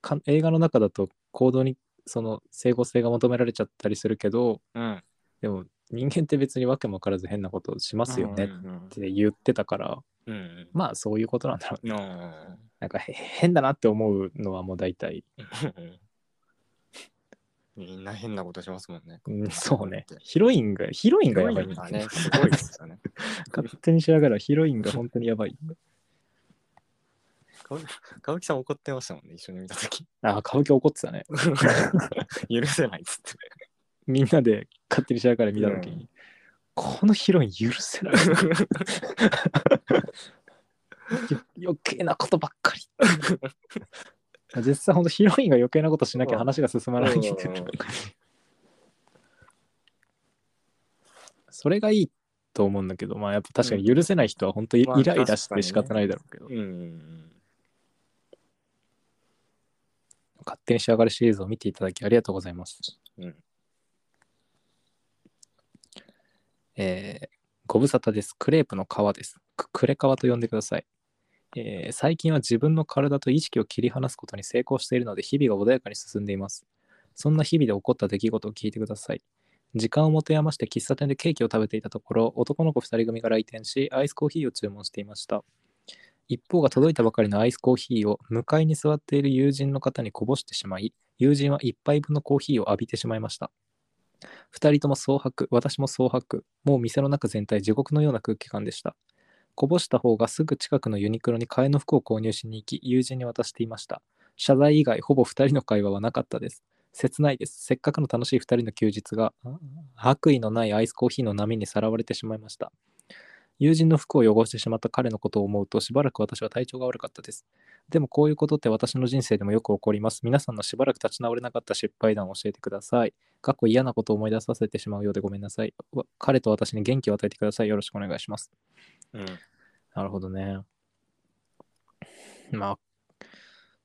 S1: か映画の中だと行動に、その、整合性が求められちゃったりするけど、
S2: うん
S1: でも、人間って別に訳も分からず変なことをしますよね
S2: う
S1: っ
S2: ん
S1: て言ってたから、
S2: うんうん
S1: まあ、そういうことなんだろうね
S2: うんうん
S1: なんかへ変だなって思うのはもう大体、
S2: みんな変なことしますもんね
S1: うん、そうね。ヒロインが、ヒロインがやばい、
S2: がねすごいです よね
S1: 勝手にしながらヒロインが本当にやばい。
S2: 歌舞伎さん怒ってましたもんね一緒に見た時
S1: あ、歌舞伎怒ってたね。
S2: 許せないっつって
S1: みんなで勝手にしながら見たときに、
S2: う
S1: このヒロイン許せ ない。よ余計なことばっかり。実際本当ヒロインが余計なことしなきゃ話が進まないんで
S2: うんうん
S1: それがいいと思うんだけど、まあやっぱ確かに許せない人は本当に
S2: うん
S1: イライラして仕方ないだろうけど、
S2: うんうん
S1: 勝手に仕上がるシリーズを見ていただきありがとうございます。
S2: うん
S1: えーご無沙汰です。クレープの皮です。くクレ皮と呼んでください、えー最近は自分の体と意識を切り離すことに成功しているので、日々が穏やかに進んでいます。そんな日々で起こった出来事を聞いてください。時間を持て余して喫茶店でケーキを食べていたところ、男の子2人組が来店し、アイスコーヒーを注文していました。一方が届いたばかりのアイスコーヒーを向かいに座っている友人の方にこぼしてしまい、友人は一杯分のコーヒーを浴びてしまいました。二人とも蒼白、私も蒼白、もう店の中全体地獄のような空気感でした。こぼした方がすぐ近くのユニクロに替えの服を購入しに行き、友人に渡していました。謝罪以外、ほぼ二人の会話はなかったです。切ないです。せっかくの楽しい二人の休日が、悪意のないアイスコーヒーの波にさらわれてしまいました。友人の服を汚してしまった彼のことを思うと、しばらく私は体調が悪かったです。でもこういうことって私の人生でもよく起こります。皆さんのしばらく立ち直れなかった失敗談を教えてください。過去嫌なことを思い出させてしまうようでごめんなさい。わ彼と私に元気を与えてください。よろしくお願いします。
S2: うん
S1: なるほどね。まあ、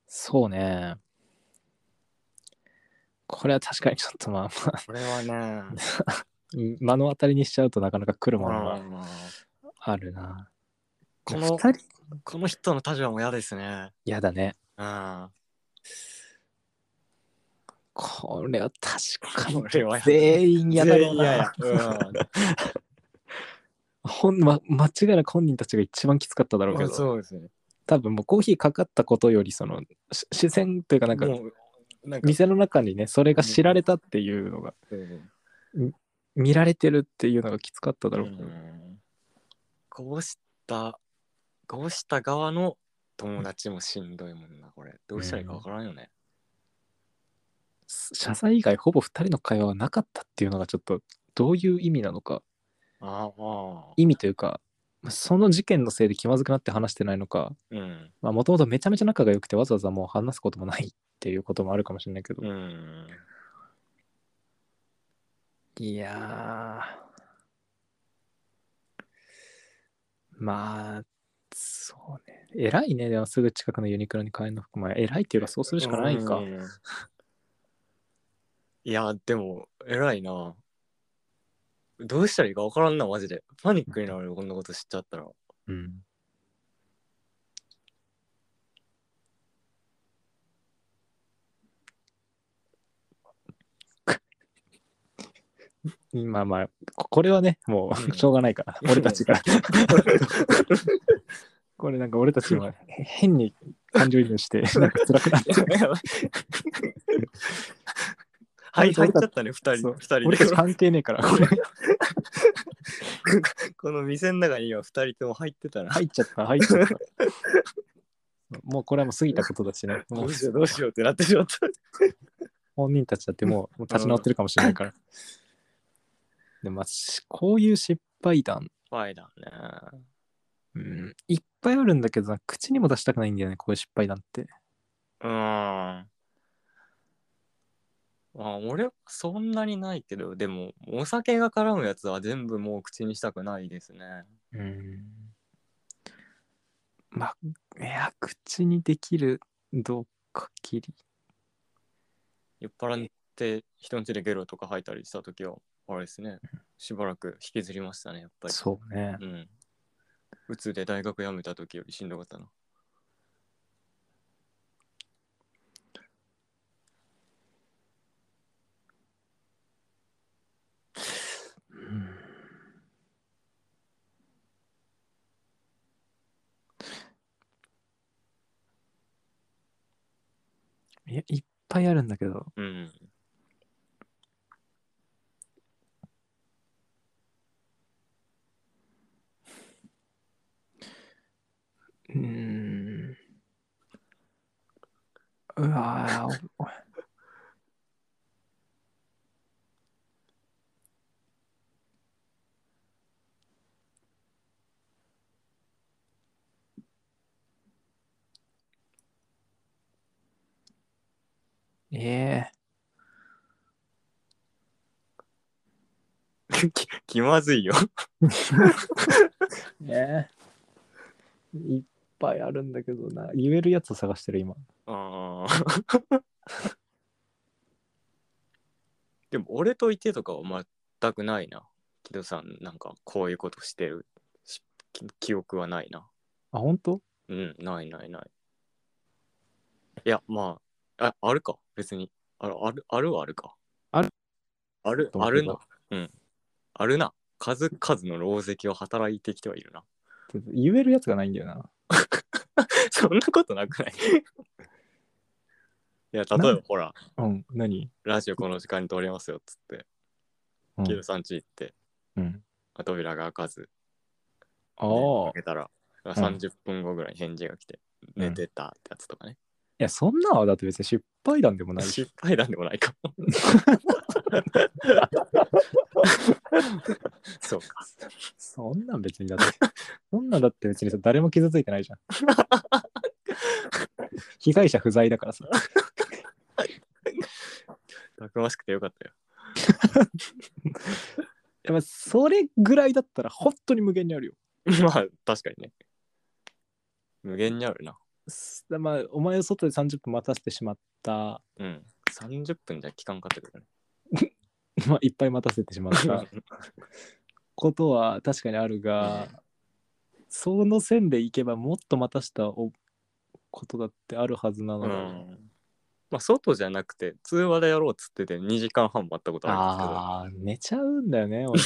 S1: そうね。これは確かにちょっとまあまあ、
S2: これはね
S1: 目の当たりにしちゃうとなかなか来るものが
S2: うん
S1: あるな。
S2: この
S1: 二人
S2: この人の立場も嫌ですね
S1: 嫌だね。
S2: うん
S1: これは確かに
S2: これは嫌
S1: 全員嫌だろ
S2: 全
S1: う
S2: 員
S1: な
S2: 嫌やう
S1: ほん、ま、間違いなく本人たちが一番きつかっただろうんけ
S2: まあ
S1: ど、
S2: そうですね
S1: 多分もうコーヒーかかったことより、その、し視線というか、なんか、
S2: もうなんか
S1: 店の中にね、それが知られたっていうのが、
S2: うん
S1: 見られてるっていうのがきつかっただろうけど、
S2: うんこぼしたこぼした側の友達もしんどいもんなこれどうしたらいいかわからんよね、
S1: 謝罪以外、ほぼ2人の会話はなかったっていうのが、ちょっと、どういう意味なのか、
S2: ああああ
S1: 意味というか、まあその事件のせいで気まずくなって話してないのか、
S2: うん
S1: もともとめちゃめちゃ仲が良くて、わざわざもう話すこともないっていうこともあるかもしれないけど、
S2: うん
S1: いやーまあそうね偉いね。でもすぐ近くのユニクロに買えるの服も偉いっていうか、そうするしかないか。
S2: うんいや、でも、偉いな。どうしたらいいか分からんな、マジで。パニックになるよ、こんなこと知っちゃっ たら。
S1: うん。まあまあ、ここれはね、も
S2: うん
S1: う、しょうがない から、 俺たちが。これなんか俺たちは変に感情移入 して、なんか辛くなって。
S2: はい、入っちゃったね、二
S1: そ
S2: 人。
S1: う
S2: 二人
S1: 俺たち
S2: で。
S1: 関係ねえから、これ。
S2: この店の中には二人とも入って たら。
S1: 入っちゃった、入っちゃった。もうこれはもう過ぎたことだしね。
S2: ど
S1: もう
S2: うしよう、どうしようってなってしまった。
S1: 本人たちだってもうもう立ち直ってるかもしれないから。でもまあ、しこういう失敗談、
S2: 怖いだ
S1: う
S2: ね。
S1: ん、いっぱいあるんだけどな、口にも出したくないんだよね、こういう失敗談って。
S2: うーん。まあ、俺はそんなにないけど、でも、お酒が絡むやつは全部もう口にしたくないですね。
S1: うん。まあ、いや、口にできるどうかきり。
S2: 酔っ払って人の家でゲロとか吐いたりした時は、あれですね、しばらく引きずりましたね、やっぱり。
S1: そうね。
S2: うん。うつで大学辞めた時よりしんどかったな。
S1: うんいや、いっぱいあるんだけど、
S2: うん。
S1: うーん。うわぁ。おええ
S2: 気気まずいよ。
S1: ええいっぱいあるんだけどな。言えるやつを探してる今。
S2: あー でも俺といてとかは全くないな。木戸さんなんかこういうことしてるしき記憶はないな。
S1: あ、本当
S2: うん、ないないない。いや、まあ、ああるか、別に。ある、ある、あるはあるか。
S1: ある
S2: ある、あるな。うん。あるな。数々の狼藉を働いてきてはいるな。
S1: 言えるやつがないんだよな。
S2: そんなことなくない いや、例え
S1: な
S2: ば
S1: ん
S2: ほら、
S1: うん、何、
S2: ラジオこの時間に通りますよっつって、
S1: うん
S2: キドさんち行って、
S1: うん、
S2: まあ扉が開かず、
S1: あ
S2: で
S1: あ、
S2: 開けたら、まあ
S1: うん
S2: 30分後ぐらいに返事が来て、
S1: うん
S2: 寝てたってやつとかね。
S1: いや、そんなのはだって別に失敗談でもないし。
S2: 失敗談でもないか も。そうか。
S1: そんなん別にだって。 そんなんだって別にさ、誰も傷ついてない じゃん。被害者不在だからさ。
S2: たくましくてよかったよ。
S1: やっぱそれぐらいだったら本当に無限にあるよ。
S2: まあ、確かにね。無限にあるな。
S1: すまあ、お前を外で30分待たせてしまった。
S2: うん。30分じゃ期間かかってくる
S1: まあ、いっぱい待たせてしまった
S2: ね。
S1: ことは確かにあるが、その線でいけばもっと待たせたおことだってあるはずなの
S2: う
S1: に。
S2: ん。まあ、外じゃなくて、通話でやろうっつってて2時間半待ったことあるんです
S1: ああ、寝ち
S2: けど。
S1: ゃうんだよね、俺。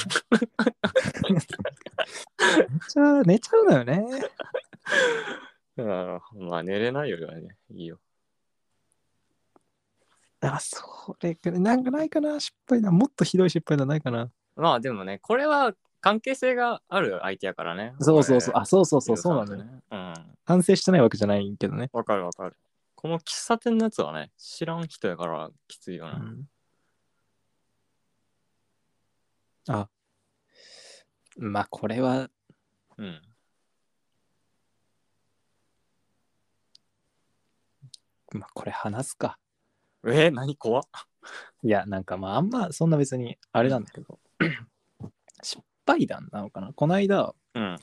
S1: 寝ちゃう、寝ちゃうのよね。
S2: うん、まあ寝れないよりはね、いいよ。
S1: あ、それくらい、なんかないかな、失敗だ。もっとひどい失敗だないかな。
S2: まあでもね、これは関係性がある相手やからね。
S1: そうそうそう、
S2: これ
S1: あ、そうそうそう、そうなんだよね。。
S2: うん。
S1: 反省してないわけじゃないけどね。
S2: わかるわかる。この喫茶店のやつはね、知らん人やからきついよ
S1: う
S2: な。
S1: ん、あ、まあ、これは、
S2: うん。
S1: まあ、これ話すか。
S2: えー、何怖っ
S1: いや、なんかまあ、あんま、そんな別に、あれなんだけ ど、失敗談なのかな。この間、
S2: うん。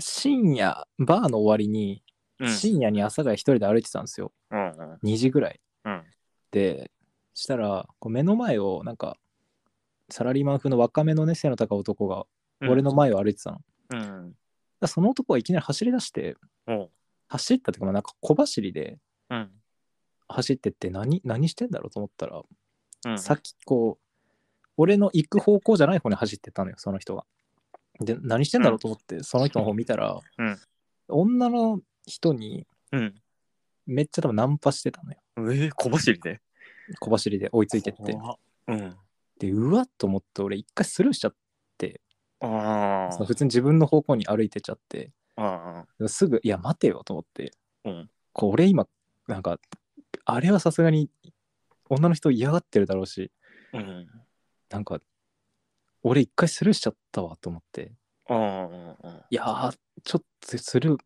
S1: 深夜バーの終わりに
S2: うん
S1: 深夜に朝が一人で歩いてたんですよ。
S2: うんうん
S1: 2時ぐらい。
S2: うん
S1: で、したら、こう目の前を、なんか、サラリーマン風の若めのね、背の高い男が、
S2: うん
S1: 俺の前を歩いてたの。だか
S2: うん
S1: らその男がいきなり走り出して、
S2: おう
S1: 走ったっていうか、まあなんか小走りで
S2: うん
S1: 走ってって何、何してんだろうと思ったら、
S2: うん
S1: さっきこう、俺の行く方向じゃない方に走ってったのよ、その人が。で、何してんだろうと思って、その人の方見たら、
S2: うん
S1: 女の人に
S2: うん
S1: めっちゃ多分ナンパしてたのよ。
S2: えー、小走りで
S1: 小走りで追いついてって。
S2: 怖っうん
S1: で、うわっと思って、俺一回スルーしちゃって、
S2: あ
S1: その普通に自分の方向に歩いてっちゃって、
S2: ああ
S1: すぐ、いや、待てよと思って、
S2: あうん
S1: こう俺今、なんか、あれはさすがに女の人嫌がってるだろうし、
S2: うん
S1: なんか、俺一回スルーしちゃったわと思って、
S2: ああ
S1: いやー、ちょっとする、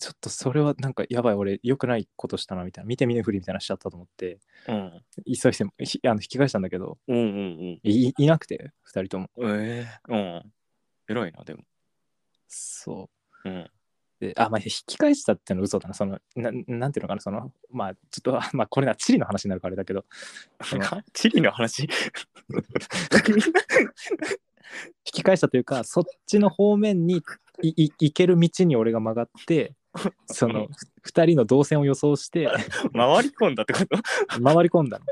S1: ちょっとそれはなんかやばい、俺良くないことしたなみたいな、見て見ぬふりみたいなのしちゃったと思って、
S2: うん
S1: 急いでひあの引き返したんだけど、
S2: うんうん
S1: いいなくて、2人とも。
S2: うんええうん偉いなでも
S1: そ
S2: うん
S1: う。で、あ、まあ、引き返したっていうのは嘘だな、その、ななんていうのかな、その、まあ、ちょっと、あ まあ、これな、地理の話になるからあれだけど、 その
S2: チリの話
S1: 引き返したというか、そっちの方面にいい行ける道に俺が曲がって、その、2人の動線を予想して、
S2: 回り込んだってこと
S1: 回り込んだの。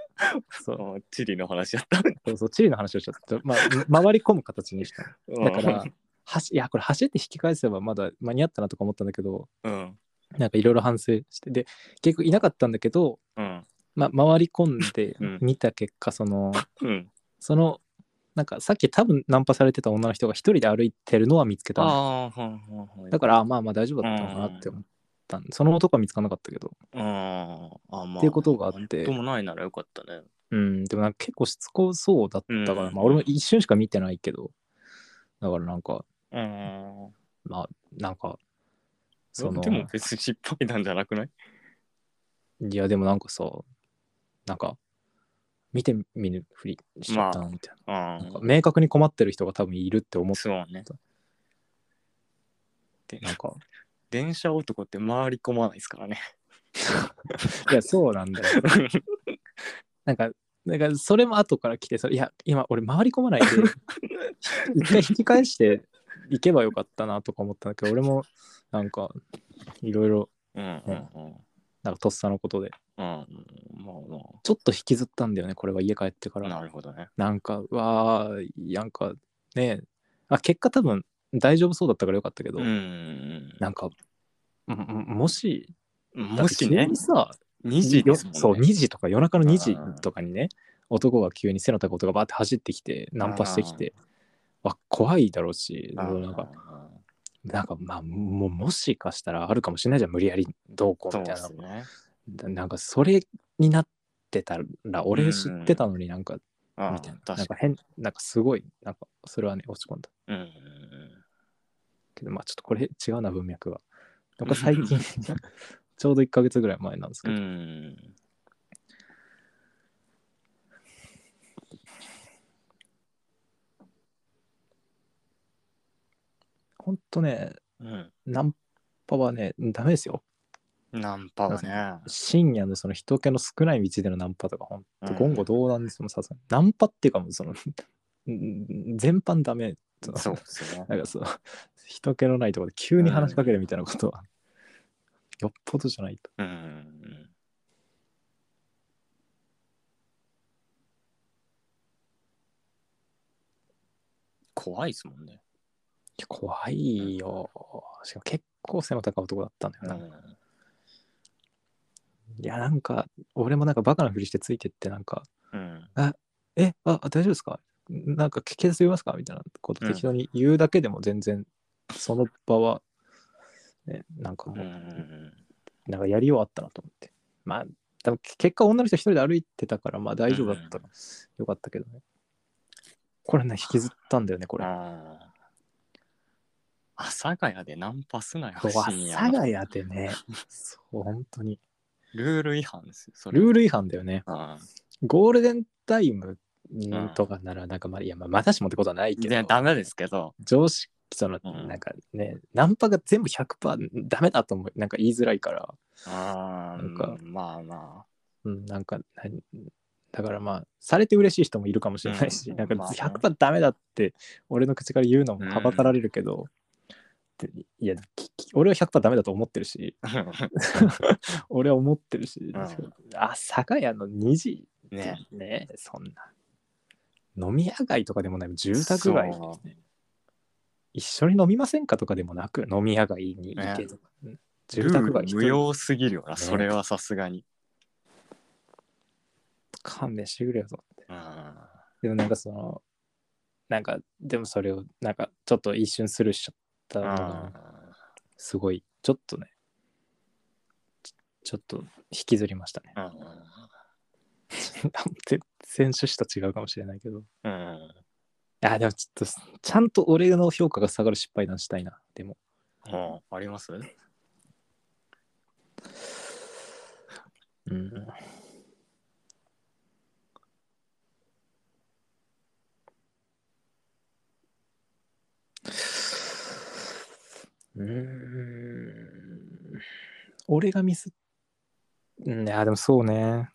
S1: そう。
S2: うんチリの話やった
S1: そうそう、地理の話をちょっと、まあ、回り込む形にした。だか
S2: う
S1: ら
S2: ん、
S1: 走いや、これ走って引き返せばまだ間に合ったなとか思ったんだけど、
S2: うん
S1: なんかいろいろ反省して、で、結局いなかったんだけど、
S2: うん
S1: まあ、回り込んで
S2: うん
S1: 見た結果、その、
S2: うん
S1: その、なんかさっき多分ナンパされてた女の人が一人で歩いてるのは見つけたの。
S2: ああ、はいはいはい。
S1: だから、あまあまあ大丈夫だったのかなって思ったん。その男は見つからなかったけど。
S2: うん、ああ、まあ。
S1: っていうことがあって
S2: ともないならよかったね。
S1: うん、でもなんか結構しつこそうだったから、
S2: うん
S1: まあ俺も一瞬しか見てないけど、だからなんか、
S2: うん。
S1: まあ、なんか、
S2: そ
S1: その、
S2: でも別に失敗なんじゃなくない
S1: いや、でもなんかさ、なんか、見て見ぬふりしちゃったなみたい
S2: あ
S1: な。なんか
S2: あ、
S1: 明確に困ってる人が多分いるって思って、
S2: そうね。で
S1: なんか、
S2: 電車男って回り込まないですからね。
S1: いや、そうなん だよ。なんか、なんかそれも後から来て、それいや、今俺回り込まないで、一回引き返していけばよかったなとか思ったんだけど、俺もなんか、いろいろ、
S2: うんうんうん。
S1: なんかとっさのことで、
S2: うん、ま
S1: ちょっと引きずったんだよね、これは家帰ってか
S2: あまあ。
S1: ら。
S2: なるほどね。
S1: なんか、うわあ、なんかね、あ結果多分大丈夫そうだったからよかったけど、
S2: うん。
S1: なんか、ももし、
S2: もし
S1: だって
S2: ね
S1: 急に、さ、
S2: 2時ですもんね。
S1: そう、2時とか、夜中の2時
S2: うん
S1: とかにね、男が急に背の高い男がバーって走ってきて、ナンパしてきて、わ、怖いだろうし、
S2: ああ
S1: なんか、なんか、まあ、もう、もしかしたらあるかもしれないじゃん、無理やりどうこう
S2: そう
S1: みた
S2: で
S1: いな
S2: す。ね。
S1: だなんか、それになってたら、俺知ってたのになんか、
S2: ああ
S1: みたいな、なん
S2: 確
S1: か
S2: か
S1: 変、なんかすごい、なんか、それはね、落ち込んだ。
S2: に。うん
S1: けど、まあ、ちょっとこれ違うな、文脈が。なんか最近、 ちょうど1ヶ月ぐらい前なんですけ
S2: うんう
S1: ど、
S2: ん。
S1: ほんとね、
S2: うん。
S1: ナンパはね、ダメですよ。
S2: ナンパはね。
S1: 深夜のその人気の少ない道でのナンパとか、ほんと
S2: うん
S1: 言語道断ですもん、さすがに。ナンパっていうか、もうその、うん全般ダメ。その
S2: そうですね。
S1: なんかその、人気のないところで急に話しかけるみたいなことは、よっぽどじゃないと。
S2: うん。怖いですもんね。
S1: いや怖いよ。しかも結構背の高い男だったんだよな。いや、なんか、俺もなんかバカなふりしてついてって、なんか、
S2: うん。
S1: え、あ、大丈夫ですかなんか、警察呼びますかみたいなこと
S2: うん
S1: 適当に言うだけでも全然、その場は、ね、なんか
S2: う
S1: もう、
S2: ん。
S1: なんかやりようあったなと思って。まあ、多分結果、女の人一人で歩いてたから、まあ大丈夫だったら、よかったけどね。これね、引きずったんだよね、これ。
S2: ああ。阿佐ヶ谷でナンパすなよ。
S1: そう阿
S2: 深
S1: 佐ヶ
S2: 夜の
S1: 谷で ね、そう、本当に。
S2: ルール違反ですよ。それ
S1: ルール違反だよね。
S2: ああ
S1: ゴールデンタイムとかなら、なんかまあ、いや、まあ、まだしもってことはないけ
S2: 全然
S1: ど、
S2: ダメですけど。
S1: 常識その、
S2: うん
S1: なんかねナンパが全部100%ダメだと思うなんか言いづらいから、
S2: ああ、
S1: なんか
S2: まあ ま
S1: うん、なんかなだからまあされて嬉しい人もいるかもしれないし、
S2: うん
S1: なんか
S2: まあね
S1: 100%ダメだって俺の口から言うのもはばかられるけど、でいやきき俺は100%ダメだと思ってるし
S2: あ。
S1: 俺は思ってるし、
S2: ん
S1: あ酒屋の2時
S2: ね。
S1: ねそんな飲み屋街とかでもない住宅街
S2: そ
S1: 一緒に飲みませんかとかでもなく飲み屋街に行けとか、うん住宅街
S2: ル
S1: 一
S2: ー
S1: 人
S2: ル無用すぎるよな、
S1: ね
S2: それはさすがに。
S1: 勘弁してくれよと
S2: うん。
S1: でもなんかそのなんかでもそれをなんかちょっと一瞬スルーしちゃったの
S2: あ
S1: がすごいちょっとねちょちょっと引きずりましたね
S2: あ。
S1: 全然趣旨と違うかもしれないけど
S2: うん。
S1: あでもちょっとちゃんと俺の評価が下がる失敗談したいなでも
S2: うん。あります
S1: うんうーん俺がミスうんいやでもそうね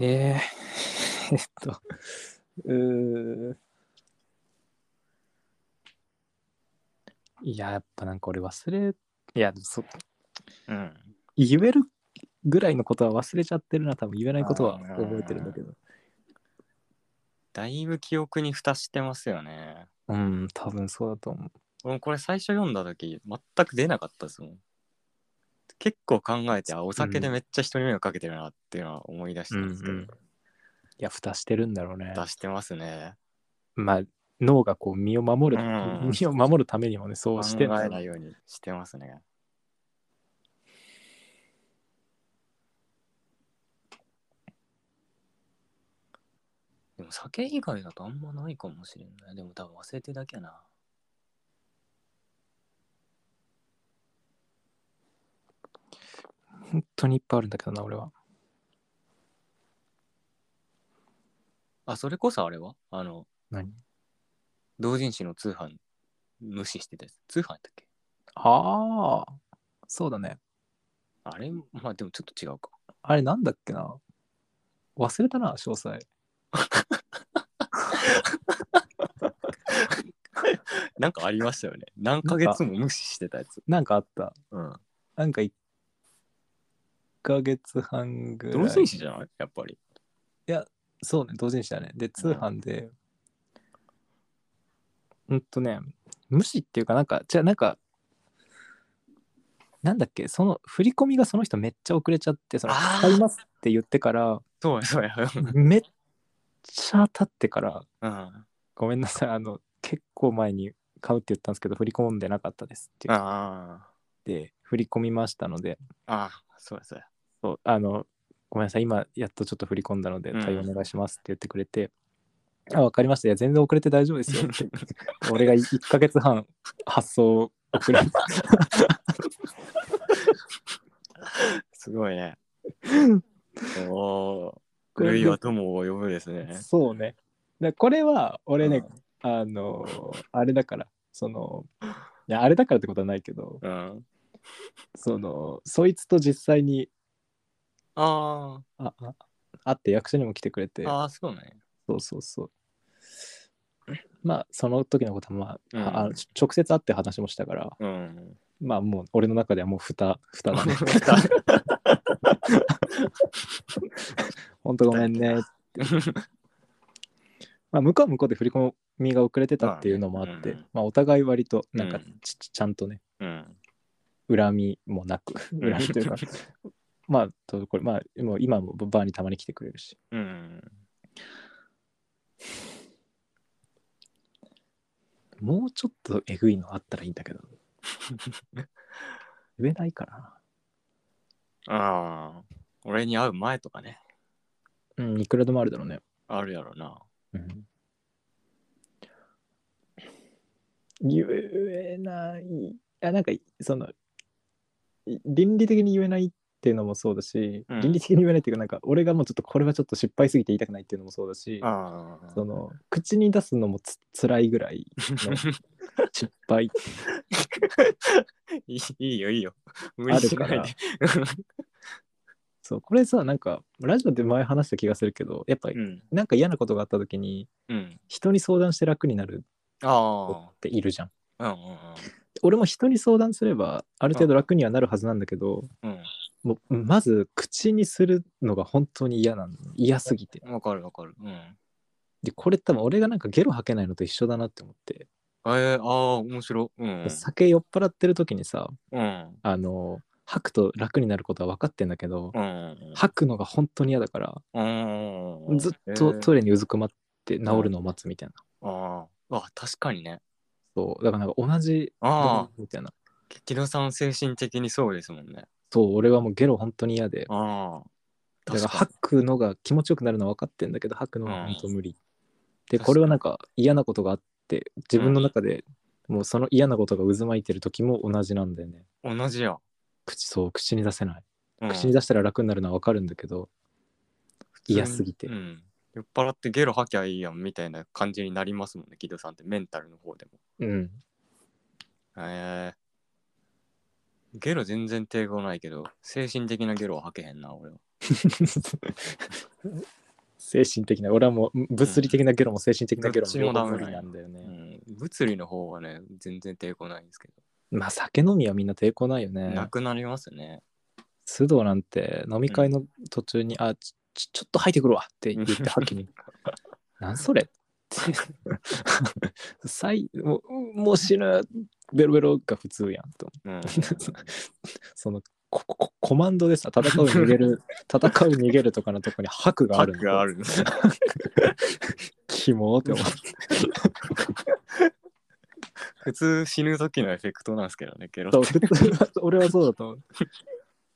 S1: えー、えっ とうーいややっぱなんか俺忘れいやでもそ
S2: うん。
S1: 言えるぐらいのことは忘れちゃってるな多分言えないことは覚えてるんだけど
S2: だいぶ記憶に蓋してますよね。
S1: うん多分そうだと思う
S2: 俺もこれ最初読んだ時全く出なかったですもん。結構考えてあお酒でめっちゃ人に迷惑かけてるなっていうのは思い出したんですけど、
S1: うんうんいや蓋してるんだろうね
S2: 出してますね。
S1: まあ脳がこう身を守る、
S2: うん
S1: 身を守るためにもねそ
S2: 考
S1: うして
S2: え
S1: んだろう
S2: ないようにしてますね。でも酒以外だとあんまないかもしれない。でも多分忘れてるだけやな。
S1: 本当にいっぱいあるんだけどな俺は
S2: あ、それこそあれはあの、
S1: 何
S2: 同人誌の通販無視してたやつ。通販やったっけ
S1: ああそうだね
S2: あれまあでもちょっと違うか。
S1: あれなんだっけな忘れたな詳細
S2: なんかありました よね。何ヶ月も無視してたやつ。
S1: なんかあった
S2: うん。
S1: なんか1ヶ月半ぐらい
S2: 同人誌じゃないやっぱり。
S1: そうね、同人誌だね。で、通販で、うん、とね、無視っていうか、なんか、じゃあなんか、なんだっけ、その振り込みがその人めっちゃ遅れちゃって、その
S2: あー
S1: 買いますって言ってから、
S2: そうや、そうや。
S1: めっちゃ経ってから、
S2: うん。
S1: ごめんなさい、あの、結構前に買うって言ったんですけど、振り込んでなかったですって言っ
S2: あ
S1: て、振り込みましたので、
S2: あ。ああ、そうや、そうや。
S1: そうあのごめんなさい今やっとちょっと振り込んだので
S2: うん
S1: 対応お願いしますって言ってくれて、あ分かりましたいや全然遅れて大丈夫 ですよって俺が1ヶ月半発送遅れた
S2: すごいね。お お
S1: こ
S2: ー、
S1: れ
S2: ルイは友を呼ぶですね。
S1: そうねでこれは俺ね、
S2: う
S1: あのあれだからそのいやあれだからってことはないけど
S2: うん。
S1: そのそいつと実際に
S2: あ
S1: ああ会って役所にも来てくれて
S2: あ、ああ、そうね。
S1: そうそうそうまあその時のことはまあ,
S2: うん
S1: あ、あのち直接会って話もしたから
S2: うん。
S1: まあもう俺の中ではもう蓋蓋だね本当ごめんねまあ向こうは向こうで振り込みが遅れてたっていうのもあって、
S2: まあねうん
S1: まあお互い割となんか
S2: うん
S1: ち,、ちゃんとね
S2: うん。
S1: 恨みもなく恨みというかまあとこれまあもう今もバーにたまに来てくれるし
S2: うん。
S1: もうちょっとえぐいのあったらいいんだ けど言えないから
S2: ああ、俺に会う前とかね。
S1: なうんいくらでもあるだろうね
S2: あるやろな。
S1: うん言えないあなんかその倫理的に言えないっていうのもそうだし、
S2: うん
S1: 倫理的に言えないっていうかなんか俺がもうちょっとこれはちょっと失敗すぎて言いたくないっていうのもそうだし
S2: ああ
S1: その口に出すのもつ辛いぐらいの失敗
S2: いいいいよいいよ 無
S1: あ
S2: 理
S1: る
S2: し
S1: か
S2: ない
S1: ら
S2: で
S1: そうこれさなんかラジオで前話した気がするけどやっぱり
S2: うん
S1: なんか嫌なことがあった時に
S2: うん
S1: 人に相談して楽になる
S2: あ
S1: っているじゃん
S2: あうんうん
S1: 俺も人に相談すればある程度楽にはなるはずなんだけど、
S2: うん
S1: もうまず口にするのが本当に嫌なの嫌すぎて
S2: うんわかるわかるうんえ
S1: でこれ多分俺がなんかゲロ吐けないのと一緒だなって思って、
S2: ー、ああ面白いうん
S1: 酒酔っ払ってる時にさ
S2: うん
S1: あの吐くと楽になることは分かってんだけど、
S2: うん
S1: 吐くのが本当に嫌だから、
S2: うんうん
S1: ずっとト
S2: えー
S1: イレにうずくまって治るのを待つみたいな、
S2: あーあ確かにね
S1: そうだからなんか同じ
S2: ああ
S1: みたいな
S2: 木戸さん精神的にそうですもんね
S1: そう俺はもうゲロ本当に嫌で
S2: ああ
S1: だから
S2: 確か
S1: 吐くのが気持ちよくなるのは分かってんだけど吐くのは本当無理、で
S2: 確かに
S1: これはなんか嫌なことがあって自分の中でもうその嫌なことが渦巻いてる時も同じなんだよね
S2: に同じや、
S1: 口そう口に出せない
S2: うん
S1: 口に出したら楽になるのは分かるんだけど、嫌すぎて
S2: うん、酔っ払ってゲロ吐きゃいいやんみたいな感じになりますもんね木戸さんってメンタルの方でも
S1: うん
S2: えー、ゲロ全然抵抗ないけど精神的なゲロは吐けへんな俺は
S1: 精神的な俺はもう物理的なゲロも精神的なゲロも両
S2: ど
S1: 方
S2: っち
S1: 無
S2: もダメだ
S1: 理
S2: よ
S1: なんだよね、
S2: うん、物理の方はね全然抵抗ないんですけ
S1: まあ酒飲みはみんな抵抗ないよ
S2: ど、
S1: ね
S2: なくなりますね
S1: 須藤なんて飲み会の途中に「あちちちょっと吐いてくるわ」って言って吐き に「なんそれ?」って「最もうもう死ぬベロベロ」が普通やんと
S2: うん、
S1: そのここコマンドでさ戦う逃げ る戦う逃げるとかのとこに吐くがある
S2: 吐
S1: の
S2: くがあるんですよ
S1: キモーって思う
S2: 普通死ぬ時のエフェクトなんですけどねゲロ
S1: そう普通は俺はそうだと思う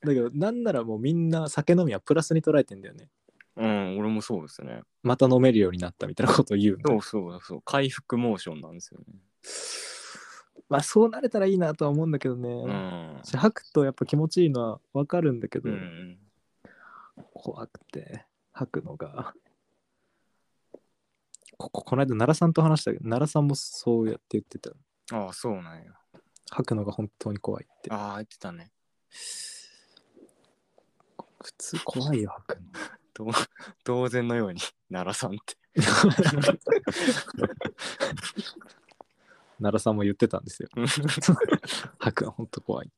S1: だけどなんならもうみんな酒飲みはプラスに捉えてんだよね
S2: うん俺もそうですね
S1: また飲めるようになったみたいなことを言うの
S2: そうそうそう回復モーションなんですよね
S1: まあそうなれたらいいなとは思うんだけどね、
S2: うん
S1: し吐くとやっぱ気持ちいいのはわかるんだけど、
S2: うん
S1: 怖くて吐くのがこここの間奈良さんと話したけど奈良さんもそうやって言ってた
S2: ああそうなんや
S1: 吐くのが本当に怖いって
S2: ああ言ってたね
S1: 普通怖いよ吐くの
S2: どう当然のように奈良さんって
S1: 奈良さんも言ってたんですよ
S2: うん
S1: 吐くの本当怖い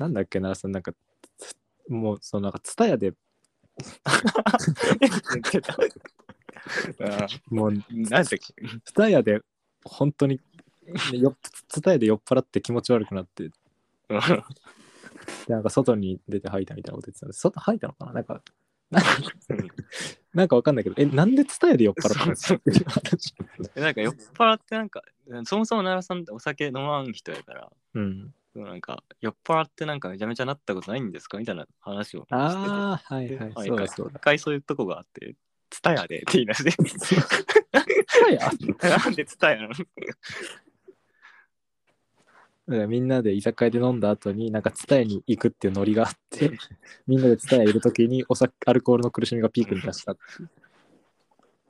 S1: なんだっけ奈良さんなんかつもうそのなんか蔦屋で
S2: 言ってたああ
S1: もう
S2: なんて
S1: ツタヤで本当によツタヤで酔っ払って気持ち悪くなってでなんか外に出て吐いたみたいなこと言ってたんで外吐いたのかななんかなんかなんかわかんないけどえなんでツタヤで酔っ払ったんですかっていう話
S2: なんか酔っ払ってなんかそもそも奈良さんってお酒飲まん人やから
S1: うん
S2: なんか酔っ払ってなんかめちゃめちゃなったことないんですかみたいな話をしてて
S1: ああはいはい
S2: あ
S1: そうだ
S2: 一回
S1: そうだ
S2: 一回そういうとこがあって「ツタヤで」って言い出して
S1: ツタヤ
S2: なんでツタヤ なの
S1: だからみんなで居酒屋で飲んだ後になんかツタヤに行くっていうノリがあってみんなでツタヤいる時にお酒アルコールの苦しみがピークに達したっていう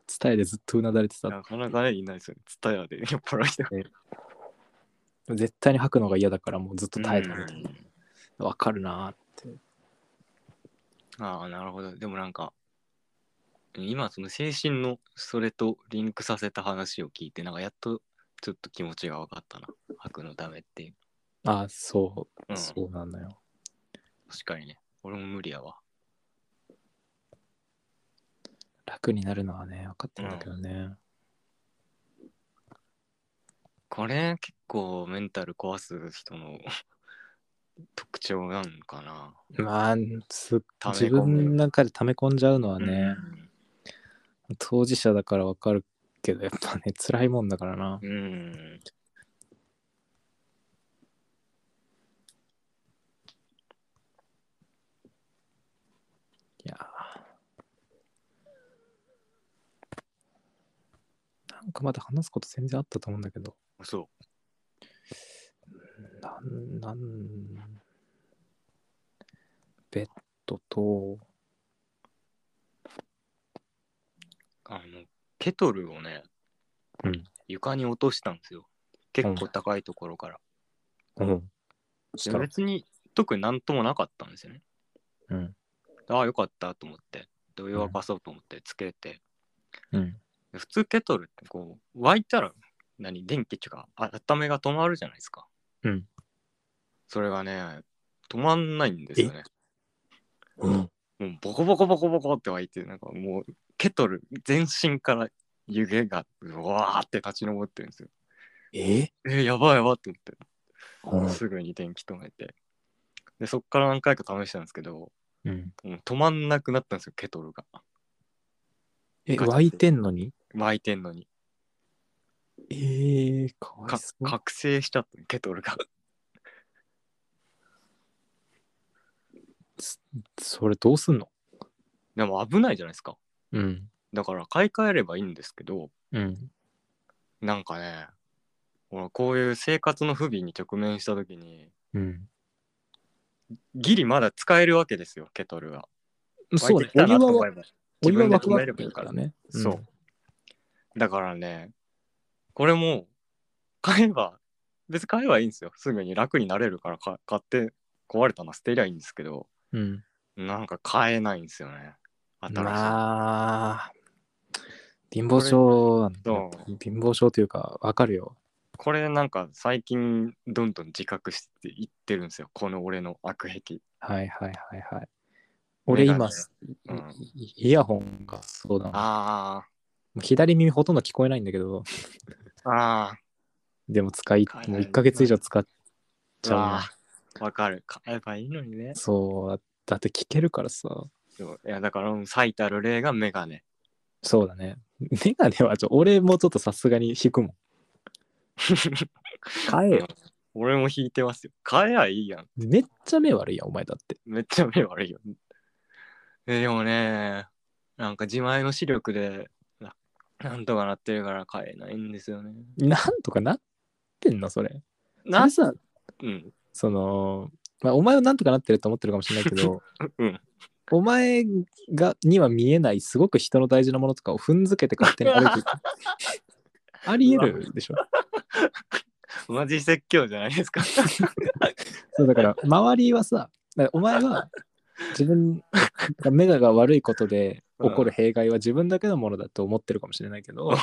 S1: ツタヤでずっとうなだれてた
S2: なかなかねいないですよね。ツタヤで酔っ払う人が。
S1: 絶対に吐くのが嫌だからもうずっと耐えたみたいなわかるなーって。
S2: ああ、なるほど。でもなんか、今その精神のそれとリンクさせた話を聞いて、なんかやっとちょっと気持ちが分かったな。白のダメっていう。
S1: ああ、そう、
S2: うん、
S1: そうなんだよ。
S2: 確かにね。俺も無理やわ。
S1: 楽になるのはね、分かってるんだけどね。
S2: これ結構メンタル壊す人の 特徴なんかな。
S1: まあ、す
S2: 溜め込む
S1: 自分の中で溜め込んじゃうのはね、
S2: うん
S1: 当事者だから分かるけど、やっぱね、辛いもんだからな。
S2: うん。
S1: いやーなんかまだ話すこと全然あったと思うんだけど、
S2: そう。
S1: なん、ベッドと、
S2: あの、ケトルをね、
S1: うん
S2: 床に落としたんですよ。結構高いところから。
S1: うん。
S2: で
S1: したら、
S2: 別に特になんともなかったんですよね。
S1: うん。
S2: ああ、よかったと思って、でお湯沸かそうと思ってつけて、
S1: うん。
S2: で普通ケトルってこう、沸いたら、何、電気っていうか、あ温めが止まるじゃないですか。
S1: うん。
S2: それがね、止まんないんですよね。
S1: うん。
S2: もうボコボコボコボコって湧いてなんかもうケトル全身から湯気がうわーって立ち上ってるんですよ。
S1: え
S2: えーやばいやばいって
S1: う
S2: 思っ
S1: ん
S2: てすぐに電気止めてでそっから何回か試したんですけども
S1: うん。
S2: う止まんなくなったんですよケトルが
S1: え、
S2: ガチで
S1: 湧いてんのに
S2: 沸いてんのに
S1: えー、かわ
S2: か
S1: いそう。
S2: 覚醒しちゃったケトルが
S1: それどうすんの
S2: でも危ないじゃないですか
S1: うん。
S2: だから買い替えればいいんですけど
S1: うん。
S2: なんかね俺こういう生活の不備に直面した時に
S1: うん。
S2: ギリまだ使えるわけですよケトルが
S1: そうね
S2: 沸いて。
S1: お
S2: きた
S1: 湯
S2: なと思
S1: は
S2: え、ば
S1: お湯は湧
S2: 自分で
S1: く
S2: 止
S1: わ
S2: めればい
S1: け
S2: い
S1: だ
S2: か
S1: かららね。ん
S2: そう。だからね、これも買えば、別に買えばいいんですよ。すぐに楽になれるからか買って壊れたのは捨てりゃいいんですけど、
S1: うん。
S2: なんか買えないんですよね。新しい。
S1: まあ、貧乏症
S2: そ
S1: 貧乏症というか、わかるよ。
S2: これなんか最近どんどん自覚していってるんですよ。この俺の悪癖。
S1: はいはいはいはい。俺今、
S2: ガネうん
S1: イイヤホンがそうだな。
S2: あ
S1: もう左耳ほとんど聞こえないんだけど、
S2: あ、あ
S1: でも使い
S2: 使えな、い
S1: もう1ヶ月以上使っちゃう
S2: あ
S1: な。、
S2: わかる。買えばいいのにね。
S1: そう、だって聞けるからさ。
S2: そういや、だからうん最たる例がメガネ。
S1: そうだね。メガネはちょ、俺もちょっとさすがに引くもん。買えよ。
S2: 俺も引いてますよ。買えばいいやん。
S1: めっちゃ目悪いやん、お前だって。
S2: めっちゃ目悪いよ。えでもね、なんか自前の視力でななんとかなってるから買えないんですよね。
S1: なんとかなってんの、それ。
S2: な
S1: それさ、
S2: うん。
S1: その、まあ、お前はなんとかなってると思ってるかもしれないけど、
S2: うん
S1: お前がには見えないすごく人の大事なものとかを踏んづけて勝手に歩くありえるでしょ
S2: マジ説教じゃないです か。
S1: そうだから周りはさだからお前は自分が目が悪いことで起こる弊害は自分だけのものだと思ってるかもしれないけど、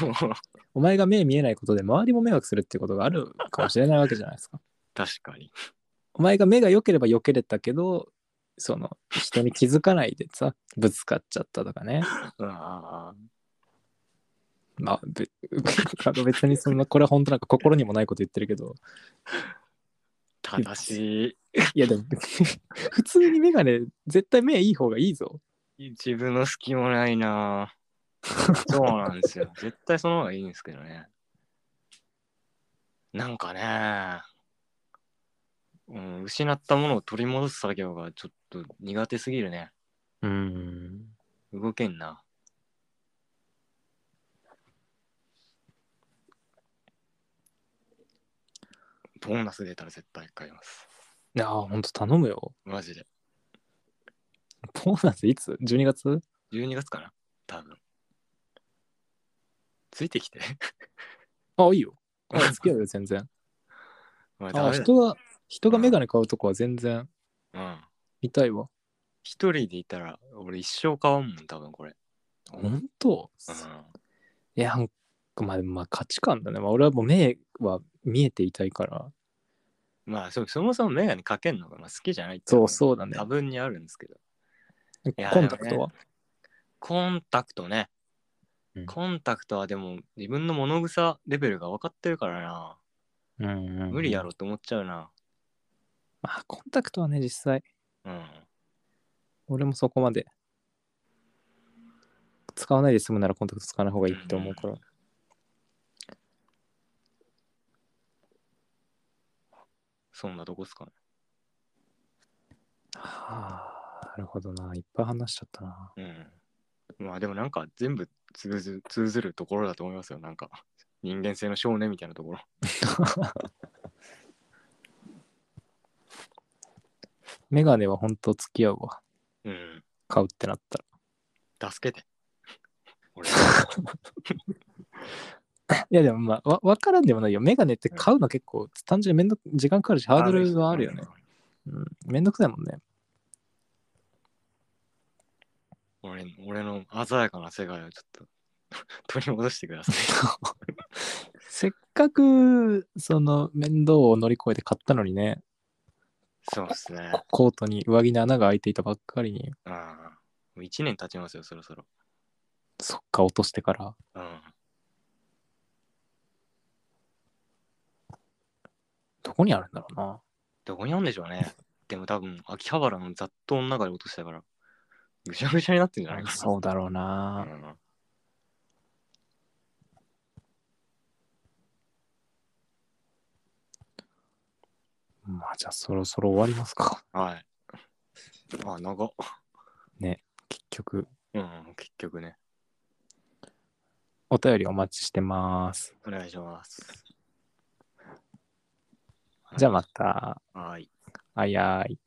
S1: お前が目見えないことで周りも迷惑するっていうことがあるかもしれないわけじゃないですか
S2: 確かに。
S1: お前が目が良ければ良けれたけどその人に気づかないでさぶつかっちゃったとかね
S2: あ
S1: まあ、べ あの別にそんな、これは本当なんか心にもないこと言ってるけど、
S2: ー正し
S1: いやでも、普通にメガネ、絶対目いい方がいいぞ。
S2: い。自分の隙もな いなそうなんですよ。絶対その方がいいんですけどね。なんかね、うん、失ったものを取り戻す作業がちょっと苦手すぎるね。
S1: うん。
S2: 動けんな。ボーナス出たら絶対買います。
S1: いや、本当頼むよ。
S2: マジで。
S1: ボーナスいつ ?12 月
S2: 12月かな多分。ついてき て。
S1: あ、いいよ。あ、付き合うよ、全 然。
S2: まあ、ダ
S1: あ、
S2: メだ
S1: 人が、人がメガネ買うとこは全然
S2: うん。
S1: 見たいわ。
S2: 一人でいたら、俺一生買わんもん、多分これ。
S1: 本当
S2: うん。
S1: いや、なんかまあ、まあ、価値観だね。まあ、俺はもう目は見えていたいから。
S2: まあそ、そもそもメガネかけんのがまあ好きじゃないってい
S1: そう
S2: の
S1: う
S2: が
S1: そうだね
S2: 多。分にあるんですけど。や
S1: コンタクトは、
S2: コンタクトね。
S1: うん
S2: コンタクトはでも、自分の物草レベルが分かってるからな。
S1: うんうん
S2: 無理や。ろと思っちゃうな。
S1: まあ、コンタクトはね、実際。
S2: うん。
S1: 俺もそこまで使わないで済むならコンタクト使わない方がいいって思うから、
S2: そんなとこっすかね。
S1: はあなるほどないっぱい話しちゃったな
S2: うん。まあでもなんか全部通ず通ずるところだと思いますよ。なんか人間性の少年みたいなところ。
S1: メガネは本当付き合うわ。
S2: うん。
S1: 買うってなったら。
S2: 助 けて。俺、
S1: いやでもまあ、わ分からんでもないよ。メガネって買うの結構、単純にめんどく時間かかるし、ハードルはあるよね。。うん、めんどくさいもん ね。
S2: 俺の俺の鮮やかな世界をちょっと 取り戻して ください。
S1: せっかく、その面倒を乗り越えて買ったのにね、
S2: そうですね。
S1: コートに上着の穴が開いていたばっかりに、
S2: うん。もう1年経ちますよ、そろそろ。
S1: そっか落としてから。
S2: うん。
S1: どこにあるんだろうな。
S2: どこにあるんでしょ うね。でも多分、秋葉原の雑踏の中で落としたから、ぐしゃぐしゃになってんじゃないかな。
S1: そうだろう
S2: う
S1: な。
S2: ん。
S1: まあじゃあそろそろ終わりますか。
S2: はい。あ、長っ。
S1: 結局、
S2: うん、結局ね。
S1: お便りお待ちしてます。
S2: お願いします。
S1: じゃあまた。
S2: はい。
S1: あいあい。